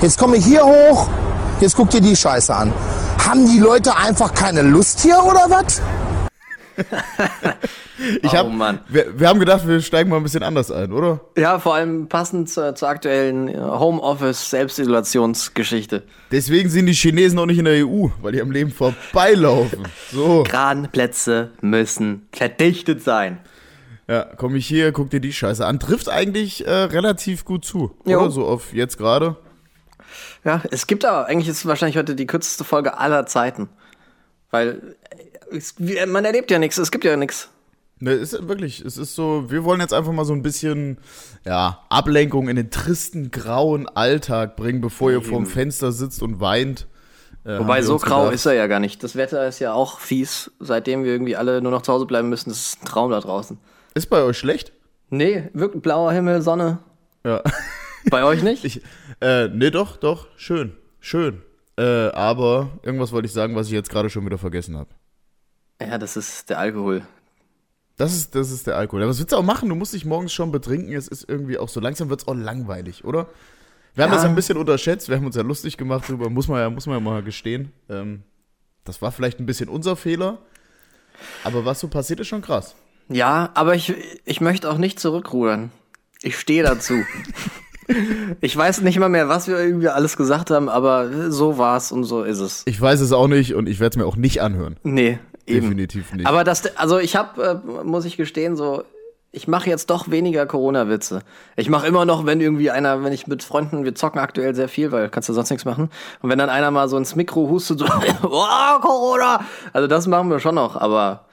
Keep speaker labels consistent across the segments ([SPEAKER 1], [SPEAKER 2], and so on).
[SPEAKER 1] Jetzt komme ich hier hoch, jetzt guck dir die Scheiße an. Haben die Leute einfach keine Lust hier oder was?
[SPEAKER 2] Ich
[SPEAKER 3] Oh
[SPEAKER 2] hab,
[SPEAKER 3] Mann.
[SPEAKER 2] Wir, wir haben gedacht, wir steigen mal ein bisschen anders ein, oder?
[SPEAKER 3] Ja, vor allem passend zur, zur aktuellen äh, Homeoffice-Selbstisolationsgeschichte.
[SPEAKER 2] Deswegen sind die Chinesen auch nicht in der EU, weil die am Leben vorbeilaufen. So,
[SPEAKER 3] Kranplätze müssen verdichtet sein.
[SPEAKER 2] ja, komm ich hier, guck dir die Scheiße an. Trifft eigentlich äh, relativ gut zu,
[SPEAKER 3] Jo.
[SPEAKER 2] oder? So auf jetzt gerade.
[SPEAKER 3] Ja, es gibt aber, eigentlich ist es wahrscheinlich heute die kürzeste Folge aller Zeiten. Weil äh, es, wie- man erlebt ja nichts, es gibt ja nichts.
[SPEAKER 2] Ne, ist wirklich, es ist so, wir wollen jetzt einfach mal so ein bisschen, ja, Ablenkung in den tristen, grauen Alltag bringen, bevor ihr vorm Fenster sitzt und weint. Äh, haben
[SPEAKER 3] Wobei
[SPEAKER 2] wir
[SPEAKER 3] so
[SPEAKER 2] uns
[SPEAKER 3] grau
[SPEAKER 2] gedacht.
[SPEAKER 3] ist er ja gar nicht. Das Wetter ist ja auch fies, seitdem wir irgendwie alle nur noch zu Hause bleiben müssen. Das ist ein Traum da draußen.
[SPEAKER 2] Ist bei euch schlecht?
[SPEAKER 3] Nee, wirklich blauer Himmel, Sonne.
[SPEAKER 2] Ja.
[SPEAKER 3] Bei euch nicht?
[SPEAKER 2] Ich, äh, nee, doch, doch, schön, schön. Äh, aber irgendwas wollte ich sagen, was ich jetzt gerade schon wieder vergessen habe.
[SPEAKER 3] ja, das ist der Alkohol.
[SPEAKER 2] Das ist, das ist der Alkohol. Aber was willst du auch machen? Du musst dich morgens schon betrinken. Es ist irgendwie auch so langsam wird es auch langweilig, oder? Wir haben das ein bisschen unterschätzt. Wir haben uns ja lustig gemacht drüber. Muss man ja, muss man ja mal gestehen. Ähm, das war vielleicht ein bisschen unser Fehler. Aber was so passiert, ist schon krass.
[SPEAKER 3] Ja, aber ich, ich möchte auch nicht zurückrudern. Ich stehe dazu. ich weiß nicht mal mehr, was wir irgendwie alles gesagt haben, aber so war's und so ist es.
[SPEAKER 2] Ich weiß es auch nicht und ich werde es mir auch nicht anhören.
[SPEAKER 3] Nee, eben.
[SPEAKER 2] Definitiv nicht.
[SPEAKER 3] Aber das, also ich habe, äh, muss ich gestehen, so, ich mache jetzt doch weniger Corona-Witze. Ich mache immer noch, wenn irgendwie einer, wenn ich mit Freunden, wir zocken aktuell sehr viel, weil kannst du sonst nichts machen. Und wenn dann einer mal so ins Mikro hustet, so, oh, Corona! Also das machen wir schon noch, aber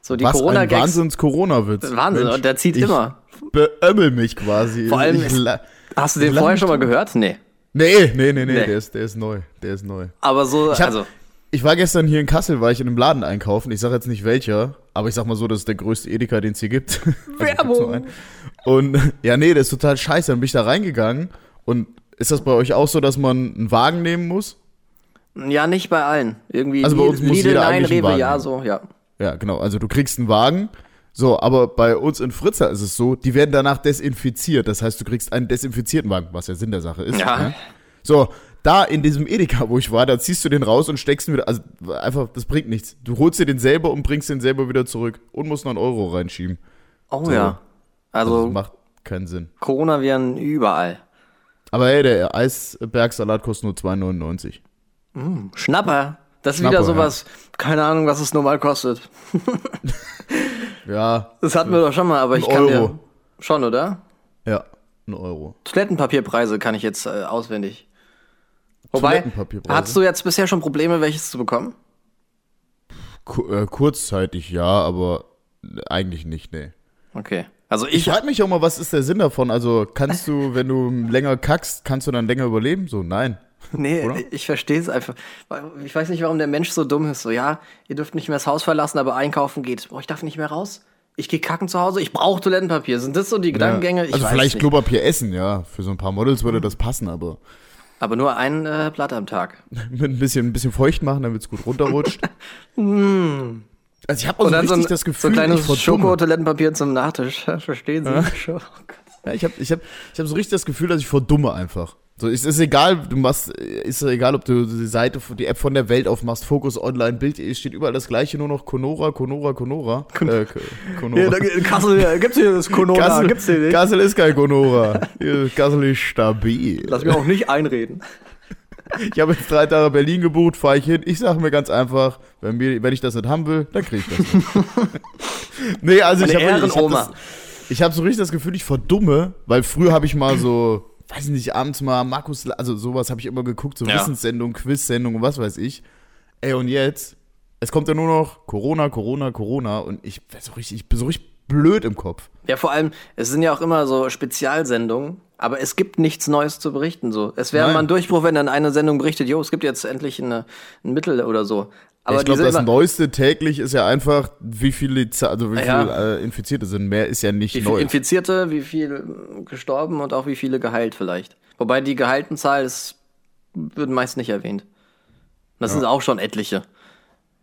[SPEAKER 3] so die
[SPEAKER 2] was ein
[SPEAKER 3] Corona-Gags.
[SPEAKER 2] Wahnsinns-Corona-Witz.
[SPEAKER 3] Wahnsinn, und der zieht
[SPEAKER 2] ich
[SPEAKER 3] immer.
[SPEAKER 2] beömmel mich quasi.
[SPEAKER 3] Vor allem
[SPEAKER 2] Ich
[SPEAKER 3] ist-
[SPEAKER 2] la-
[SPEAKER 3] Hast du den
[SPEAKER 2] Lass
[SPEAKER 3] vorher
[SPEAKER 2] mich
[SPEAKER 3] schon mal
[SPEAKER 2] tun.
[SPEAKER 3] gehört? Nee.
[SPEAKER 2] Nee, nee, nee, nee,
[SPEAKER 3] Nee.
[SPEAKER 2] Der, ist, der ist neu. Der ist neu.
[SPEAKER 3] Aber so,
[SPEAKER 2] Ich, hab,
[SPEAKER 3] also,
[SPEAKER 2] ich war gestern hier in Kassel, war ich in einem Laden einkaufen. Ich sage jetzt nicht welcher, aber ich sag mal so, das ist der größte Edeka, den es hier gibt. Also gibt's nur
[SPEAKER 3] Werbung.
[SPEAKER 2] einen. Und ja, nee, das ist total scheiße. Dann bin ich da reingegangen. Und ist das bei euch auch so, dass man einen Wagen nehmen muss?
[SPEAKER 3] ja, nicht bei allen. Irgendwie
[SPEAKER 2] Also bei
[SPEAKER 3] Lidl-
[SPEAKER 2] uns muss
[SPEAKER 3] Lidl,
[SPEAKER 2] jeder
[SPEAKER 3] nein,
[SPEAKER 2] eigentlich einen
[SPEAKER 3] Rewe,
[SPEAKER 2] Wagen
[SPEAKER 3] ja,
[SPEAKER 2] haben.
[SPEAKER 3] so, ja.
[SPEAKER 2] Ja, genau. Also du kriegst einen Wagen. So, aber bei uns in Fritza ist es so, die werden danach desinfiziert. Das heißt, du kriegst einen desinfizierten Wagen, was ja Sinn der Sache ist.
[SPEAKER 3] Ja.
[SPEAKER 2] ne? So, da in diesem Edeka, wo ich war, da ziehst du den raus und steckst ihn wieder. Also einfach, das bringt nichts. Du holst dir den selber und bringst den selber wieder zurück und musst noch einen Euro reinschieben.
[SPEAKER 3] Oh
[SPEAKER 2] So.
[SPEAKER 3] ja.
[SPEAKER 2] Also das
[SPEAKER 3] Also,
[SPEAKER 2] macht keinen Sinn.
[SPEAKER 3] Coronaviren überall.
[SPEAKER 2] Aber hey, der Eisbergsalat kostet nur 2,99.
[SPEAKER 3] Schnapper. Das ist
[SPEAKER 2] Schnapper,
[SPEAKER 3] wieder sowas, keine Ahnung, was es normal kostet.
[SPEAKER 2] Ja,
[SPEAKER 3] Das hatten wir doch schon mal, aber ich kann
[SPEAKER 2] Euro.
[SPEAKER 3] dir. Schon, oder?
[SPEAKER 2] ja, ein Euro.
[SPEAKER 3] Toilettenpapierpreise kann ich jetzt äh, auswendig. Wobei,
[SPEAKER 2] Toilettenpapierpreise?
[SPEAKER 3] hattest du jetzt bisher schon Probleme, welches zu bekommen?
[SPEAKER 2] Ku- äh, kurzzeitig ja, aber eigentlich nicht, nee.
[SPEAKER 3] Okay. Also
[SPEAKER 2] Ich
[SPEAKER 3] ich,
[SPEAKER 2] frage mich auch mal, was ist der Sinn davon? Also kannst du, wenn du länger kackst, kannst du dann länger überleben? So, nein.
[SPEAKER 3] nee,
[SPEAKER 2] oder?
[SPEAKER 3] ich verstehe es einfach. Ich weiß nicht, warum der Mensch so dumm ist. So, ja, ihr dürft nicht mehr das Haus verlassen, aber einkaufen geht. Boah, ich darf nicht mehr raus. Ich gehe kacken zu Hause. Ich brauche Toilettenpapier. Sind das so die Gedankengänge? Ich
[SPEAKER 2] also
[SPEAKER 3] weiß
[SPEAKER 2] vielleicht
[SPEAKER 3] nicht.
[SPEAKER 2] Klopapier essen, ja. Für so ein paar Models würde das passen, aber
[SPEAKER 3] Aber nur ein äh, Blatt am Tag.
[SPEAKER 2] mit ein bisschen, ein bisschen feucht machen, damit es gut runterrutscht. also ich habe
[SPEAKER 3] Hm. Und
[SPEAKER 2] auch so
[SPEAKER 3] dann so
[SPEAKER 2] richtig
[SPEAKER 3] ein,
[SPEAKER 2] das
[SPEAKER 3] so
[SPEAKER 2] Gefühl,
[SPEAKER 3] ein
[SPEAKER 2] ich
[SPEAKER 3] kleines
[SPEAKER 2] verdumme.
[SPEAKER 3] Schoko-Toilettenpapier zum Nachtisch. Verstehen Sie? Oh Schoko.
[SPEAKER 2] Ja, ich habe ich hab, ich hab so richtig das Gefühl, dass ich verdumme einfach. So, es ist egal, du machst, äh, ist ja egal, ob du die Seite, die App von der Welt aufmachst, Fokus Online, Bild, steht überall das gleiche, nur noch Conora, Conora, Conora. Äh, Ko- Conora.
[SPEAKER 3] Hier, da, in Kassel, ja, gibt's hier das Konoda,
[SPEAKER 2] Kassel,
[SPEAKER 3] gibt's hier nicht.
[SPEAKER 2] Kassel ist kein Conora. Hier, Kassel ist stabil.
[SPEAKER 3] Lass mich auch nicht einreden.
[SPEAKER 2] Ich habe jetzt drei Tage Berlin gebucht, fahre ich hin. Ich sage mir ganz einfach, wenn, mir, wenn ich das nicht haben will, dann kriege ich das nicht. nee, also
[SPEAKER 3] Meine
[SPEAKER 2] ich habe ich hab
[SPEAKER 3] Ehrenoma.
[SPEAKER 2] das- ich hab so richtig das Gefühl, ich verdumme, weil früher habe ich mal so, weiß ich nicht, abends mal Markus, La- also sowas habe ich immer geguckt, so
[SPEAKER 3] Ja.
[SPEAKER 2] Wissenssendung, Quizsendung und was weiß ich. Ey, und jetzt, es kommt ja nur noch Corona, Corona, Corona und ich, werd so richtig, ich bin so richtig blöd im Kopf.
[SPEAKER 3] Ja, vor allem, es sind ja auch immer so Spezialsendungen, aber es gibt nichts Neues zu berichten. So. Es wäre
[SPEAKER 2] Nein.
[SPEAKER 3] mal ein Durchbruch, wenn dann eine Sendung berichtet, jo, es gibt jetzt endlich eine, ein Mittel oder so. Aber
[SPEAKER 2] ich glaube,
[SPEAKER 3] diese
[SPEAKER 2] das
[SPEAKER 3] immer,
[SPEAKER 2] Neueste täglich ist ja einfach, wie viele, Z- also wie viele
[SPEAKER 3] Ja.
[SPEAKER 2] äh, Infizierte sind. Mehr ist ja nicht
[SPEAKER 3] wie
[SPEAKER 2] neu.
[SPEAKER 3] viele Infizierte, wie viel äh, gestorben und auch wie viele geheilt vielleicht. Wobei die geheilten Zahl ist, wird meist nicht erwähnt. Das sind auch schon etliche.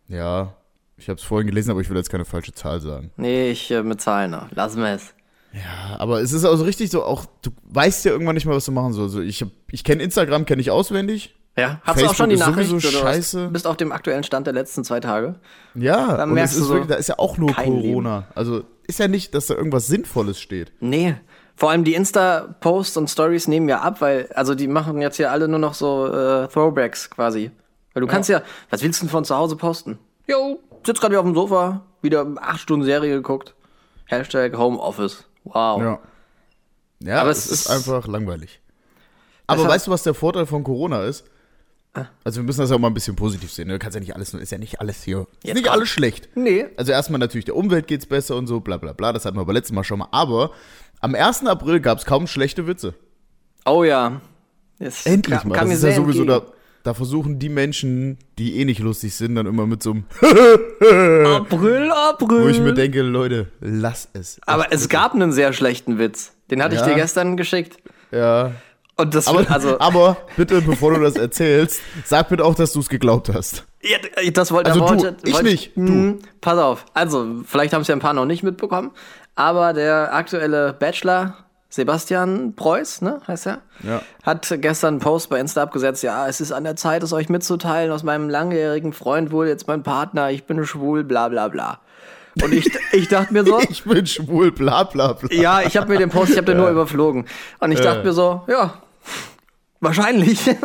[SPEAKER 2] Ja, ich habe es vorhin gelesen, aber ich will jetzt keine falsche Zahl sagen.
[SPEAKER 3] Nee, ich äh, mit Zahlen. noch. Lassen wir es.
[SPEAKER 2] Ja, aber es ist also richtig so, auch du weißt ja irgendwann nicht mehr, was du machen sollst. Also ich hab, ich kenne Instagram, kenne ich auswendig.
[SPEAKER 3] Ja, hast du auch schon die
[SPEAKER 2] Facebook ist
[SPEAKER 3] Nachricht?
[SPEAKER 2] sowieso
[SPEAKER 3] oder was?
[SPEAKER 2] scheiße.
[SPEAKER 3] Bist auf dem aktuellen Stand der letzten zwei Tage?
[SPEAKER 2] Ja,
[SPEAKER 3] Dann
[SPEAKER 2] und
[SPEAKER 3] merkst
[SPEAKER 2] es ist
[SPEAKER 3] du so,
[SPEAKER 2] wirklich, da ist ja auch nur
[SPEAKER 3] kein
[SPEAKER 2] Corona. Also ist ja nicht, dass da irgendwas Sinnvolles steht.
[SPEAKER 3] Nee. Vor allem die Insta-Posts und Stories nehmen ja ab, weil, also die machen jetzt hier alle nur noch so äh, Throwbacks quasi. Weil du kannst ja, was willst du denn von zu Hause posten? Jo, sitzt gerade wieder auf dem Sofa, wieder acht Stunden Serie geguckt. Hashtag Homeoffice. Wow.
[SPEAKER 2] Ja. Ja,
[SPEAKER 3] Aber
[SPEAKER 2] aber
[SPEAKER 3] es
[SPEAKER 2] es ist
[SPEAKER 3] ist-
[SPEAKER 2] einfach langweilig. Aber
[SPEAKER 3] Deshalb-
[SPEAKER 2] weißt du, was der Vorteil von Corona ist?
[SPEAKER 3] Ah.
[SPEAKER 2] Also wir müssen das ja auch mal ein bisschen positiv sehen. ne? Du kannst ja nicht alles, nur- ist ja nicht alles hier. Ist
[SPEAKER 3] Jetzt
[SPEAKER 2] nicht
[SPEAKER 3] komm.
[SPEAKER 2] alles schlecht.
[SPEAKER 3] Nee.
[SPEAKER 2] Also erstmal natürlich der Umwelt geht's besser und so, bla bla bla. Das hatten wir beim letzten Mal schon mal. Aber am 1. April gab's kaum schlechte Witze.
[SPEAKER 3] Oh ja. Jetzt
[SPEAKER 2] Endlich
[SPEAKER 3] kam-
[SPEAKER 2] mal.
[SPEAKER 3] kam
[SPEAKER 2] das
[SPEAKER 3] mir
[SPEAKER 2] ist ja
[SPEAKER 3] sehr
[SPEAKER 2] sowieso da,
[SPEAKER 3] entgegen.
[SPEAKER 2] da versuchen die Menschen, die eh nicht lustig sind, dann immer mit so einem,
[SPEAKER 3] April, April.
[SPEAKER 2] äh, wo ich mir denke, Leute, lass es.
[SPEAKER 3] Mhm. Aber es gab einen sehr schlechten Witz. Den hatte ich
[SPEAKER 2] Ja.
[SPEAKER 3] dir gestern geschickt.
[SPEAKER 2] Ja.
[SPEAKER 3] Und das
[SPEAKER 2] Aber,
[SPEAKER 3] wird also.
[SPEAKER 2] aber bitte, bevor du das erzählst, sag bitte auch, dass du es geglaubt hast.
[SPEAKER 3] Ja, das wollte
[SPEAKER 2] Also
[SPEAKER 3] da
[SPEAKER 2] du,
[SPEAKER 3] wollte,
[SPEAKER 2] ich
[SPEAKER 3] wollte,
[SPEAKER 2] nicht, du.
[SPEAKER 3] Hm, pass auf. Also, vielleicht haben es ja ein paar noch nicht mitbekommen, aber der aktuelle Bachelor, Sebastian Preuß, ne, heißt er,
[SPEAKER 2] Ja.
[SPEAKER 3] hat gestern einen Post bei Insta abgesetzt, ja, es ist an der Zeit, es euch mitzuteilen, aus meinem langjährigen Freund wurde jetzt mein Partner, ich bin schwul, bla bla bla. Und ich, ich dachte mir so,
[SPEAKER 2] Ich bin schwul, bla bla bla.
[SPEAKER 3] ja, ich habe mir den Post, ich habe den nur überflogen. Und ich dachte mir so, ja, wahrscheinlich.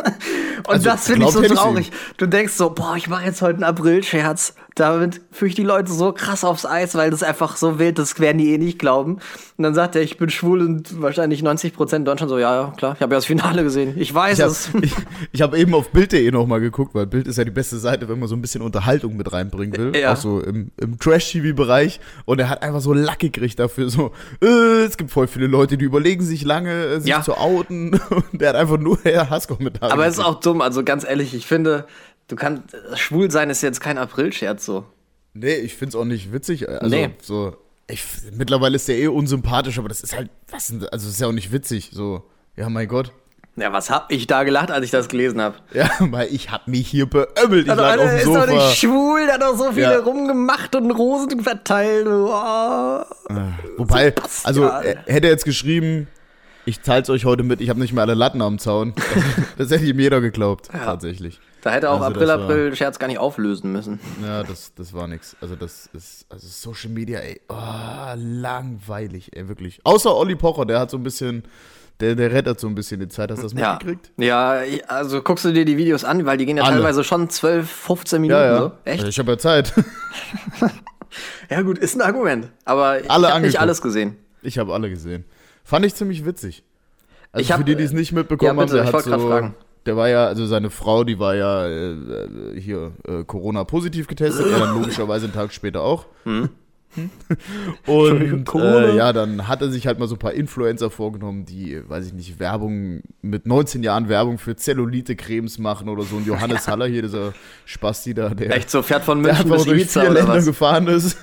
[SPEAKER 3] Und das finde ich
[SPEAKER 2] Also, glaubt
[SPEAKER 3] so
[SPEAKER 2] hätte ich's
[SPEAKER 3] traurig. Du denkst so, boah, ich mache jetzt heute einen April-Scherz. Damit führe ich die Leute so krass aufs Eis, weil das einfach so wild ist, das werden die eh nicht glauben. Und dann sagt er, ich bin schwul und wahrscheinlich 90 Prozent Deutschland so, ja, ja, klar, ich habe ja das Finale gesehen. Ich weiß
[SPEAKER 2] Ich
[SPEAKER 3] es.
[SPEAKER 2] habe ich, ich hab eben auf Bild.de nochmal geguckt, weil Bild ist ja die beste Seite, wenn man so ein bisschen Unterhaltung mit reinbringen will.
[SPEAKER 3] Ja.
[SPEAKER 2] Auch so im, im Trash-TV-Bereich. Und er hat einfach so Lack gekriegt dafür. So, äh, es gibt voll viele Leute, die überlegen sich lange, äh, sich
[SPEAKER 3] Ja.
[SPEAKER 2] zu outen. Und der hat einfach nur her Hasskommentare.
[SPEAKER 3] Aber es ist
[SPEAKER 2] gekriegt.
[SPEAKER 3] auch dumm, also ganz ehrlich, ich finde, du kannst, schwul sein ist jetzt kein April-Scherz so.
[SPEAKER 2] Nee, ich find's auch nicht witzig. Also,
[SPEAKER 3] Nee.
[SPEAKER 2] so. Ich, mittlerweile ist der eh unsympathisch, aber das ist halt, was denn, also das ist ja auch nicht witzig. So, ja, mein Gott.
[SPEAKER 3] Ja, was hab ich da gelacht, als ich das gelesen habe?
[SPEAKER 2] Ja, weil ich hab mich hier beömmelt. Ich
[SPEAKER 3] Der
[SPEAKER 2] lag auf dem
[SPEAKER 3] Also ist
[SPEAKER 2] Sofa.
[SPEAKER 3] doch nicht schwul, der hat doch so viele
[SPEAKER 2] Ja.
[SPEAKER 3] rumgemacht und Rosen verteilt. Oh.
[SPEAKER 2] Wobei,
[SPEAKER 3] Sebastian.
[SPEAKER 2] also äh, hätte er jetzt geschrieben, ich teil's euch heute mit, ich habe nicht mehr alle Latten am Zaun. das hätte ihm jeder geglaubt, tatsächlich.
[SPEAKER 3] Da hätte auch
[SPEAKER 2] Also,
[SPEAKER 3] April,
[SPEAKER 2] das war-
[SPEAKER 3] April Scherz gar nicht auflösen müssen.
[SPEAKER 2] Ja, das, das war nix. Also das ist, also Social Media, ey, oh, langweilig, ey, wirklich. Außer Olli Pocher, der hat so ein bisschen, der, der rettet so ein bisschen die Zeit. Hast du das
[SPEAKER 3] Ja.
[SPEAKER 2] mitgekriegt?
[SPEAKER 3] ja, ich- also guckst du dir die Videos an, weil die gehen ja
[SPEAKER 2] Alle.
[SPEAKER 3] teilweise schon 12, 15 Minuten. So. Echt?
[SPEAKER 2] Also ich habe ja Zeit.
[SPEAKER 3] Ja, gut, ist ein Argument. Aber ich
[SPEAKER 2] Alle
[SPEAKER 3] habe nicht
[SPEAKER 2] angeguckt.
[SPEAKER 3] alles gesehen.
[SPEAKER 2] Ich habe alle gesehen. Fand ich ziemlich witzig. Also
[SPEAKER 3] Ich hab- äh,
[SPEAKER 2] für die, die es nicht mitbekommen
[SPEAKER 3] ja, bitte, ich
[SPEAKER 2] haben, der hat
[SPEAKER 3] wollte grad
[SPEAKER 2] so,
[SPEAKER 3] fragen.
[SPEAKER 2] der war ja, also seine Frau, die war ja äh, äh, hier äh, Corona positiv getestet, er dann logischerweise einen Tag später auch. Und
[SPEAKER 3] Hm. Corona.
[SPEAKER 2] äh, ja, dann hat er sich halt mal so ein paar Influencer vorgenommen, die, äh, weiß ich nicht, Werbung mit 19 Jahren Werbung für Zellulite-Cremes machen oder so. Und Johannes Haller hier, dieser Spasti da, der,
[SPEAKER 3] Echt so, fährt von
[SPEAKER 2] der
[SPEAKER 3] München
[SPEAKER 2] einfach
[SPEAKER 3] bis
[SPEAKER 2] durch
[SPEAKER 3] Ibiza
[SPEAKER 2] vier
[SPEAKER 3] oder
[SPEAKER 2] Länder
[SPEAKER 3] was?
[SPEAKER 2] gefahren ist.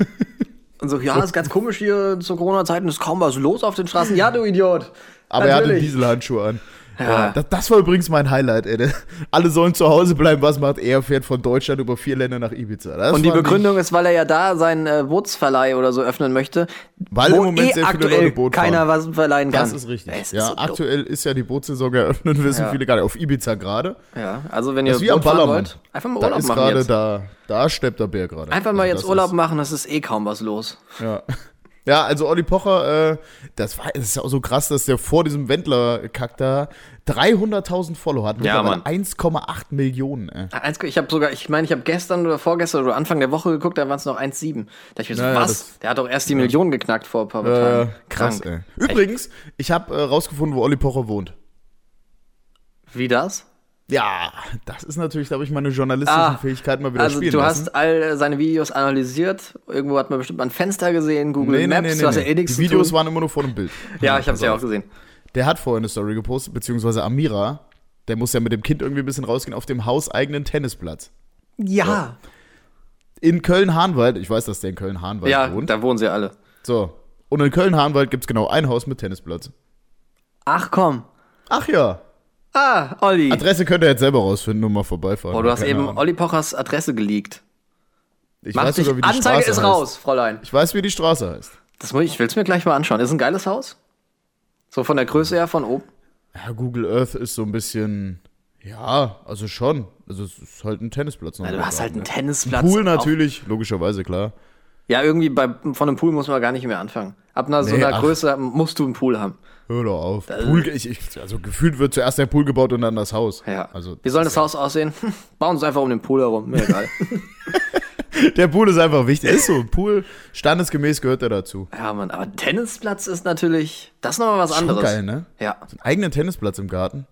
[SPEAKER 3] Und so, ja, ist ganz komisch hier zu Corona-Zeiten, ist kaum was los auf den Straßen. Ja, du Idiot.
[SPEAKER 2] Aber er hatte
[SPEAKER 3] Natürlich.
[SPEAKER 2] Dieselhandschuhe an.
[SPEAKER 3] Ja.
[SPEAKER 2] Ja. Das, das war übrigens mein Highlight, ey. Alle sollen zu Hause bleiben, was macht er? Fährt von Deutschland über vier Länder nach Ibiza. Das
[SPEAKER 3] Und die
[SPEAKER 2] war nicht-
[SPEAKER 3] Begründung ist, weil er ja da seinen äh, Bootsverleih oder so öffnen möchte,
[SPEAKER 2] Weil
[SPEAKER 3] wo
[SPEAKER 2] im Moment
[SPEAKER 3] eh
[SPEAKER 2] sehr viele
[SPEAKER 3] aktuell
[SPEAKER 2] Leute Boot
[SPEAKER 3] keiner
[SPEAKER 2] fahren.
[SPEAKER 3] was verleihen kann.
[SPEAKER 2] Das ist richtig.
[SPEAKER 3] Es ist
[SPEAKER 2] ja,
[SPEAKER 3] so dumm.
[SPEAKER 2] aktuell ist ja die Bootssaison eröffnet, wissen
[SPEAKER 3] Ja.
[SPEAKER 2] viele gar nicht. Auf Ibiza gerade.
[SPEAKER 3] Ja, also wenn ihr
[SPEAKER 2] Das ist wie am
[SPEAKER 3] Boot fahren
[SPEAKER 2] Ballermann.
[SPEAKER 3] wollt, einfach mal
[SPEAKER 2] Da
[SPEAKER 3] Urlaub
[SPEAKER 2] ist
[SPEAKER 3] machen
[SPEAKER 2] gerade
[SPEAKER 3] jetzt.
[SPEAKER 2] da, da steppt der Bär gerade.
[SPEAKER 3] Einfach mal
[SPEAKER 2] Also
[SPEAKER 3] jetzt
[SPEAKER 2] das
[SPEAKER 3] Urlaub
[SPEAKER 2] ist-
[SPEAKER 3] machen, das ist eh kaum was los.
[SPEAKER 2] Ja. Ja, also Olli Pocher, äh, das war das ist ja auch so krass, dass der vor diesem Wendler-Kack da 300.000 Follower hat.
[SPEAKER 3] Ja,
[SPEAKER 2] Mittlerweile
[SPEAKER 3] Mann.
[SPEAKER 2] 1,8 Millionen, ey.
[SPEAKER 3] Ah, eins- Ich habe sogar, ich meine, ich habe gestern oder vorgestern oder Anfang der Woche geguckt, da waren es noch 1,7. Da dachte ich mir so,
[SPEAKER 2] Ja, ja,
[SPEAKER 3] was? Der hat doch erst die Million geknackt vor ein paar Tagen.
[SPEAKER 2] Äh, krass,
[SPEAKER 3] Krank.
[SPEAKER 2] ey. Übrigens, ich habe äh, rausgefunden, wo Olli Pocher wohnt.
[SPEAKER 3] Wie das?
[SPEAKER 2] Ja, das ist natürlich, glaube ich, meine journalistischen
[SPEAKER 3] Ah,
[SPEAKER 2] Fähigkeiten mal wieder
[SPEAKER 3] Also
[SPEAKER 2] spielen
[SPEAKER 3] du
[SPEAKER 2] lassen.
[SPEAKER 3] hast all äh, seine Videos analysiert. Irgendwo hat man bestimmt mal ein Fenster gesehen, Google
[SPEAKER 2] Nee, nee,
[SPEAKER 3] Maps,
[SPEAKER 2] nee, nee,
[SPEAKER 3] du hast ja
[SPEAKER 2] nee.
[SPEAKER 3] eh nichts
[SPEAKER 2] Die Videos
[SPEAKER 3] zu tun.
[SPEAKER 2] waren Also immer nur vor dem Bild.
[SPEAKER 3] Ja, ich habe es
[SPEAKER 2] Pass
[SPEAKER 3] ja
[SPEAKER 2] auf.
[SPEAKER 3] auch gesehen.
[SPEAKER 2] Der hat vorhin eine Story gepostet, beziehungsweise Amira, der muss ja mit dem Kind irgendwie ein bisschen rausgehen, auf dem hauseigenen Tennisplatz.
[SPEAKER 3] Ja.
[SPEAKER 2] In Köln-Harnwald, ich weiß, dass der in Köln-Harnwald
[SPEAKER 3] Ja,
[SPEAKER 2] wohnt.
[SPEAKER 3] da wohnen sie alle.
[SPEAKER 2] So. Und in Köln-Harnwald gibt es genau ein Haus mit Tennisplatz.
[SPEAKER 3] Ach komm.
[SPEAKER 2] Ach ja.
[SPEAKER 3] Ah, Olli.
[SPEAKER 2] Adresse könnt ihr jetzt selber rausfinden und mal vorbeifahren.
[SPEAKER 3] oh, du hast
[SPEAKER 2] Keine
[SPEAKER 3] eben
[SPEAKER 2] Ahnung.
[SPEAKER 3] Olli Pochers Adresse geleakt.
[SPEAKER 2] Genau. ich
[SPEAKER 3] Mach
[SPEAKER 2] weiß
[SPEAKER 3] dich,
[SPEAKER 2] sogar, wie die
[SPEAKER 3] Anzeige
[SPEAKER 2] Straße
[SPEAKER 3] ist
[SPEAKER 2] heißt.
[SPEAKER 3] raus, Fräulein.
[SPEAKER 2] Ich weiß, wie die Straße heißt.
[SPEAKER 3] Das muss ich, ich will es mir gleich mal anschauen. Ist ein geiles Haus? So von der Größe her, von oben.
[SPEAKER 2] Ja, Google Earth ist so ein bisschen. Ja, also schon. Also es ist halt ein Tennisplatz.
[SPEAKER 3] Ja, du hast halt einen
[SPEAKER 2] ne?
[SPEAKER 3] Tennisplatz.
[SPEAKER 2] Pool
[SPEAKER 3] auf-
[SPEAKER 2] natürlich, logischerweise, klar.
[SPEAKER 3] Ja, irgendwie bei, von einem Pool muss man gar nicht mehr anfangen. Ab einer so
[SPEAKER 2] Nee,
[SPEAKER 3] einer
[SPEAKER 2] ach.
[SPEAKER 3] Größe musst du einen Pool haben.
[SPEAKER 2] Hör doch auf.
[SPEAKER 3] Äh.
[SPEAKER 2] Pool, ich, ich, also gefühlt wird zuerst der Pool gebaut und dann das Haus.
[SPEAKER 3] Ja.
[SPEAKER 2] Also
[SPEAKER 3] Wie soll das Haus aussehen? Bauen uns einfach um den Pool herum. Mir egal.
[SPEAKER 2] der Pool ist einfach wichtig. Ist so, Pool, standesgemäß gehört er dazu.
[SPEAKER 3] ja, Mann, aber Tennisplatz ist natürlich. Das ist nochmal was
[SPEAKER 2] Schon
[SPEAKER 3] anderes.
[SPEAKER 2] geil, ne?
[SPEAKER 3] Ja.
[SPEAKER 2] So einen eigenen Tennisplatz im Garten.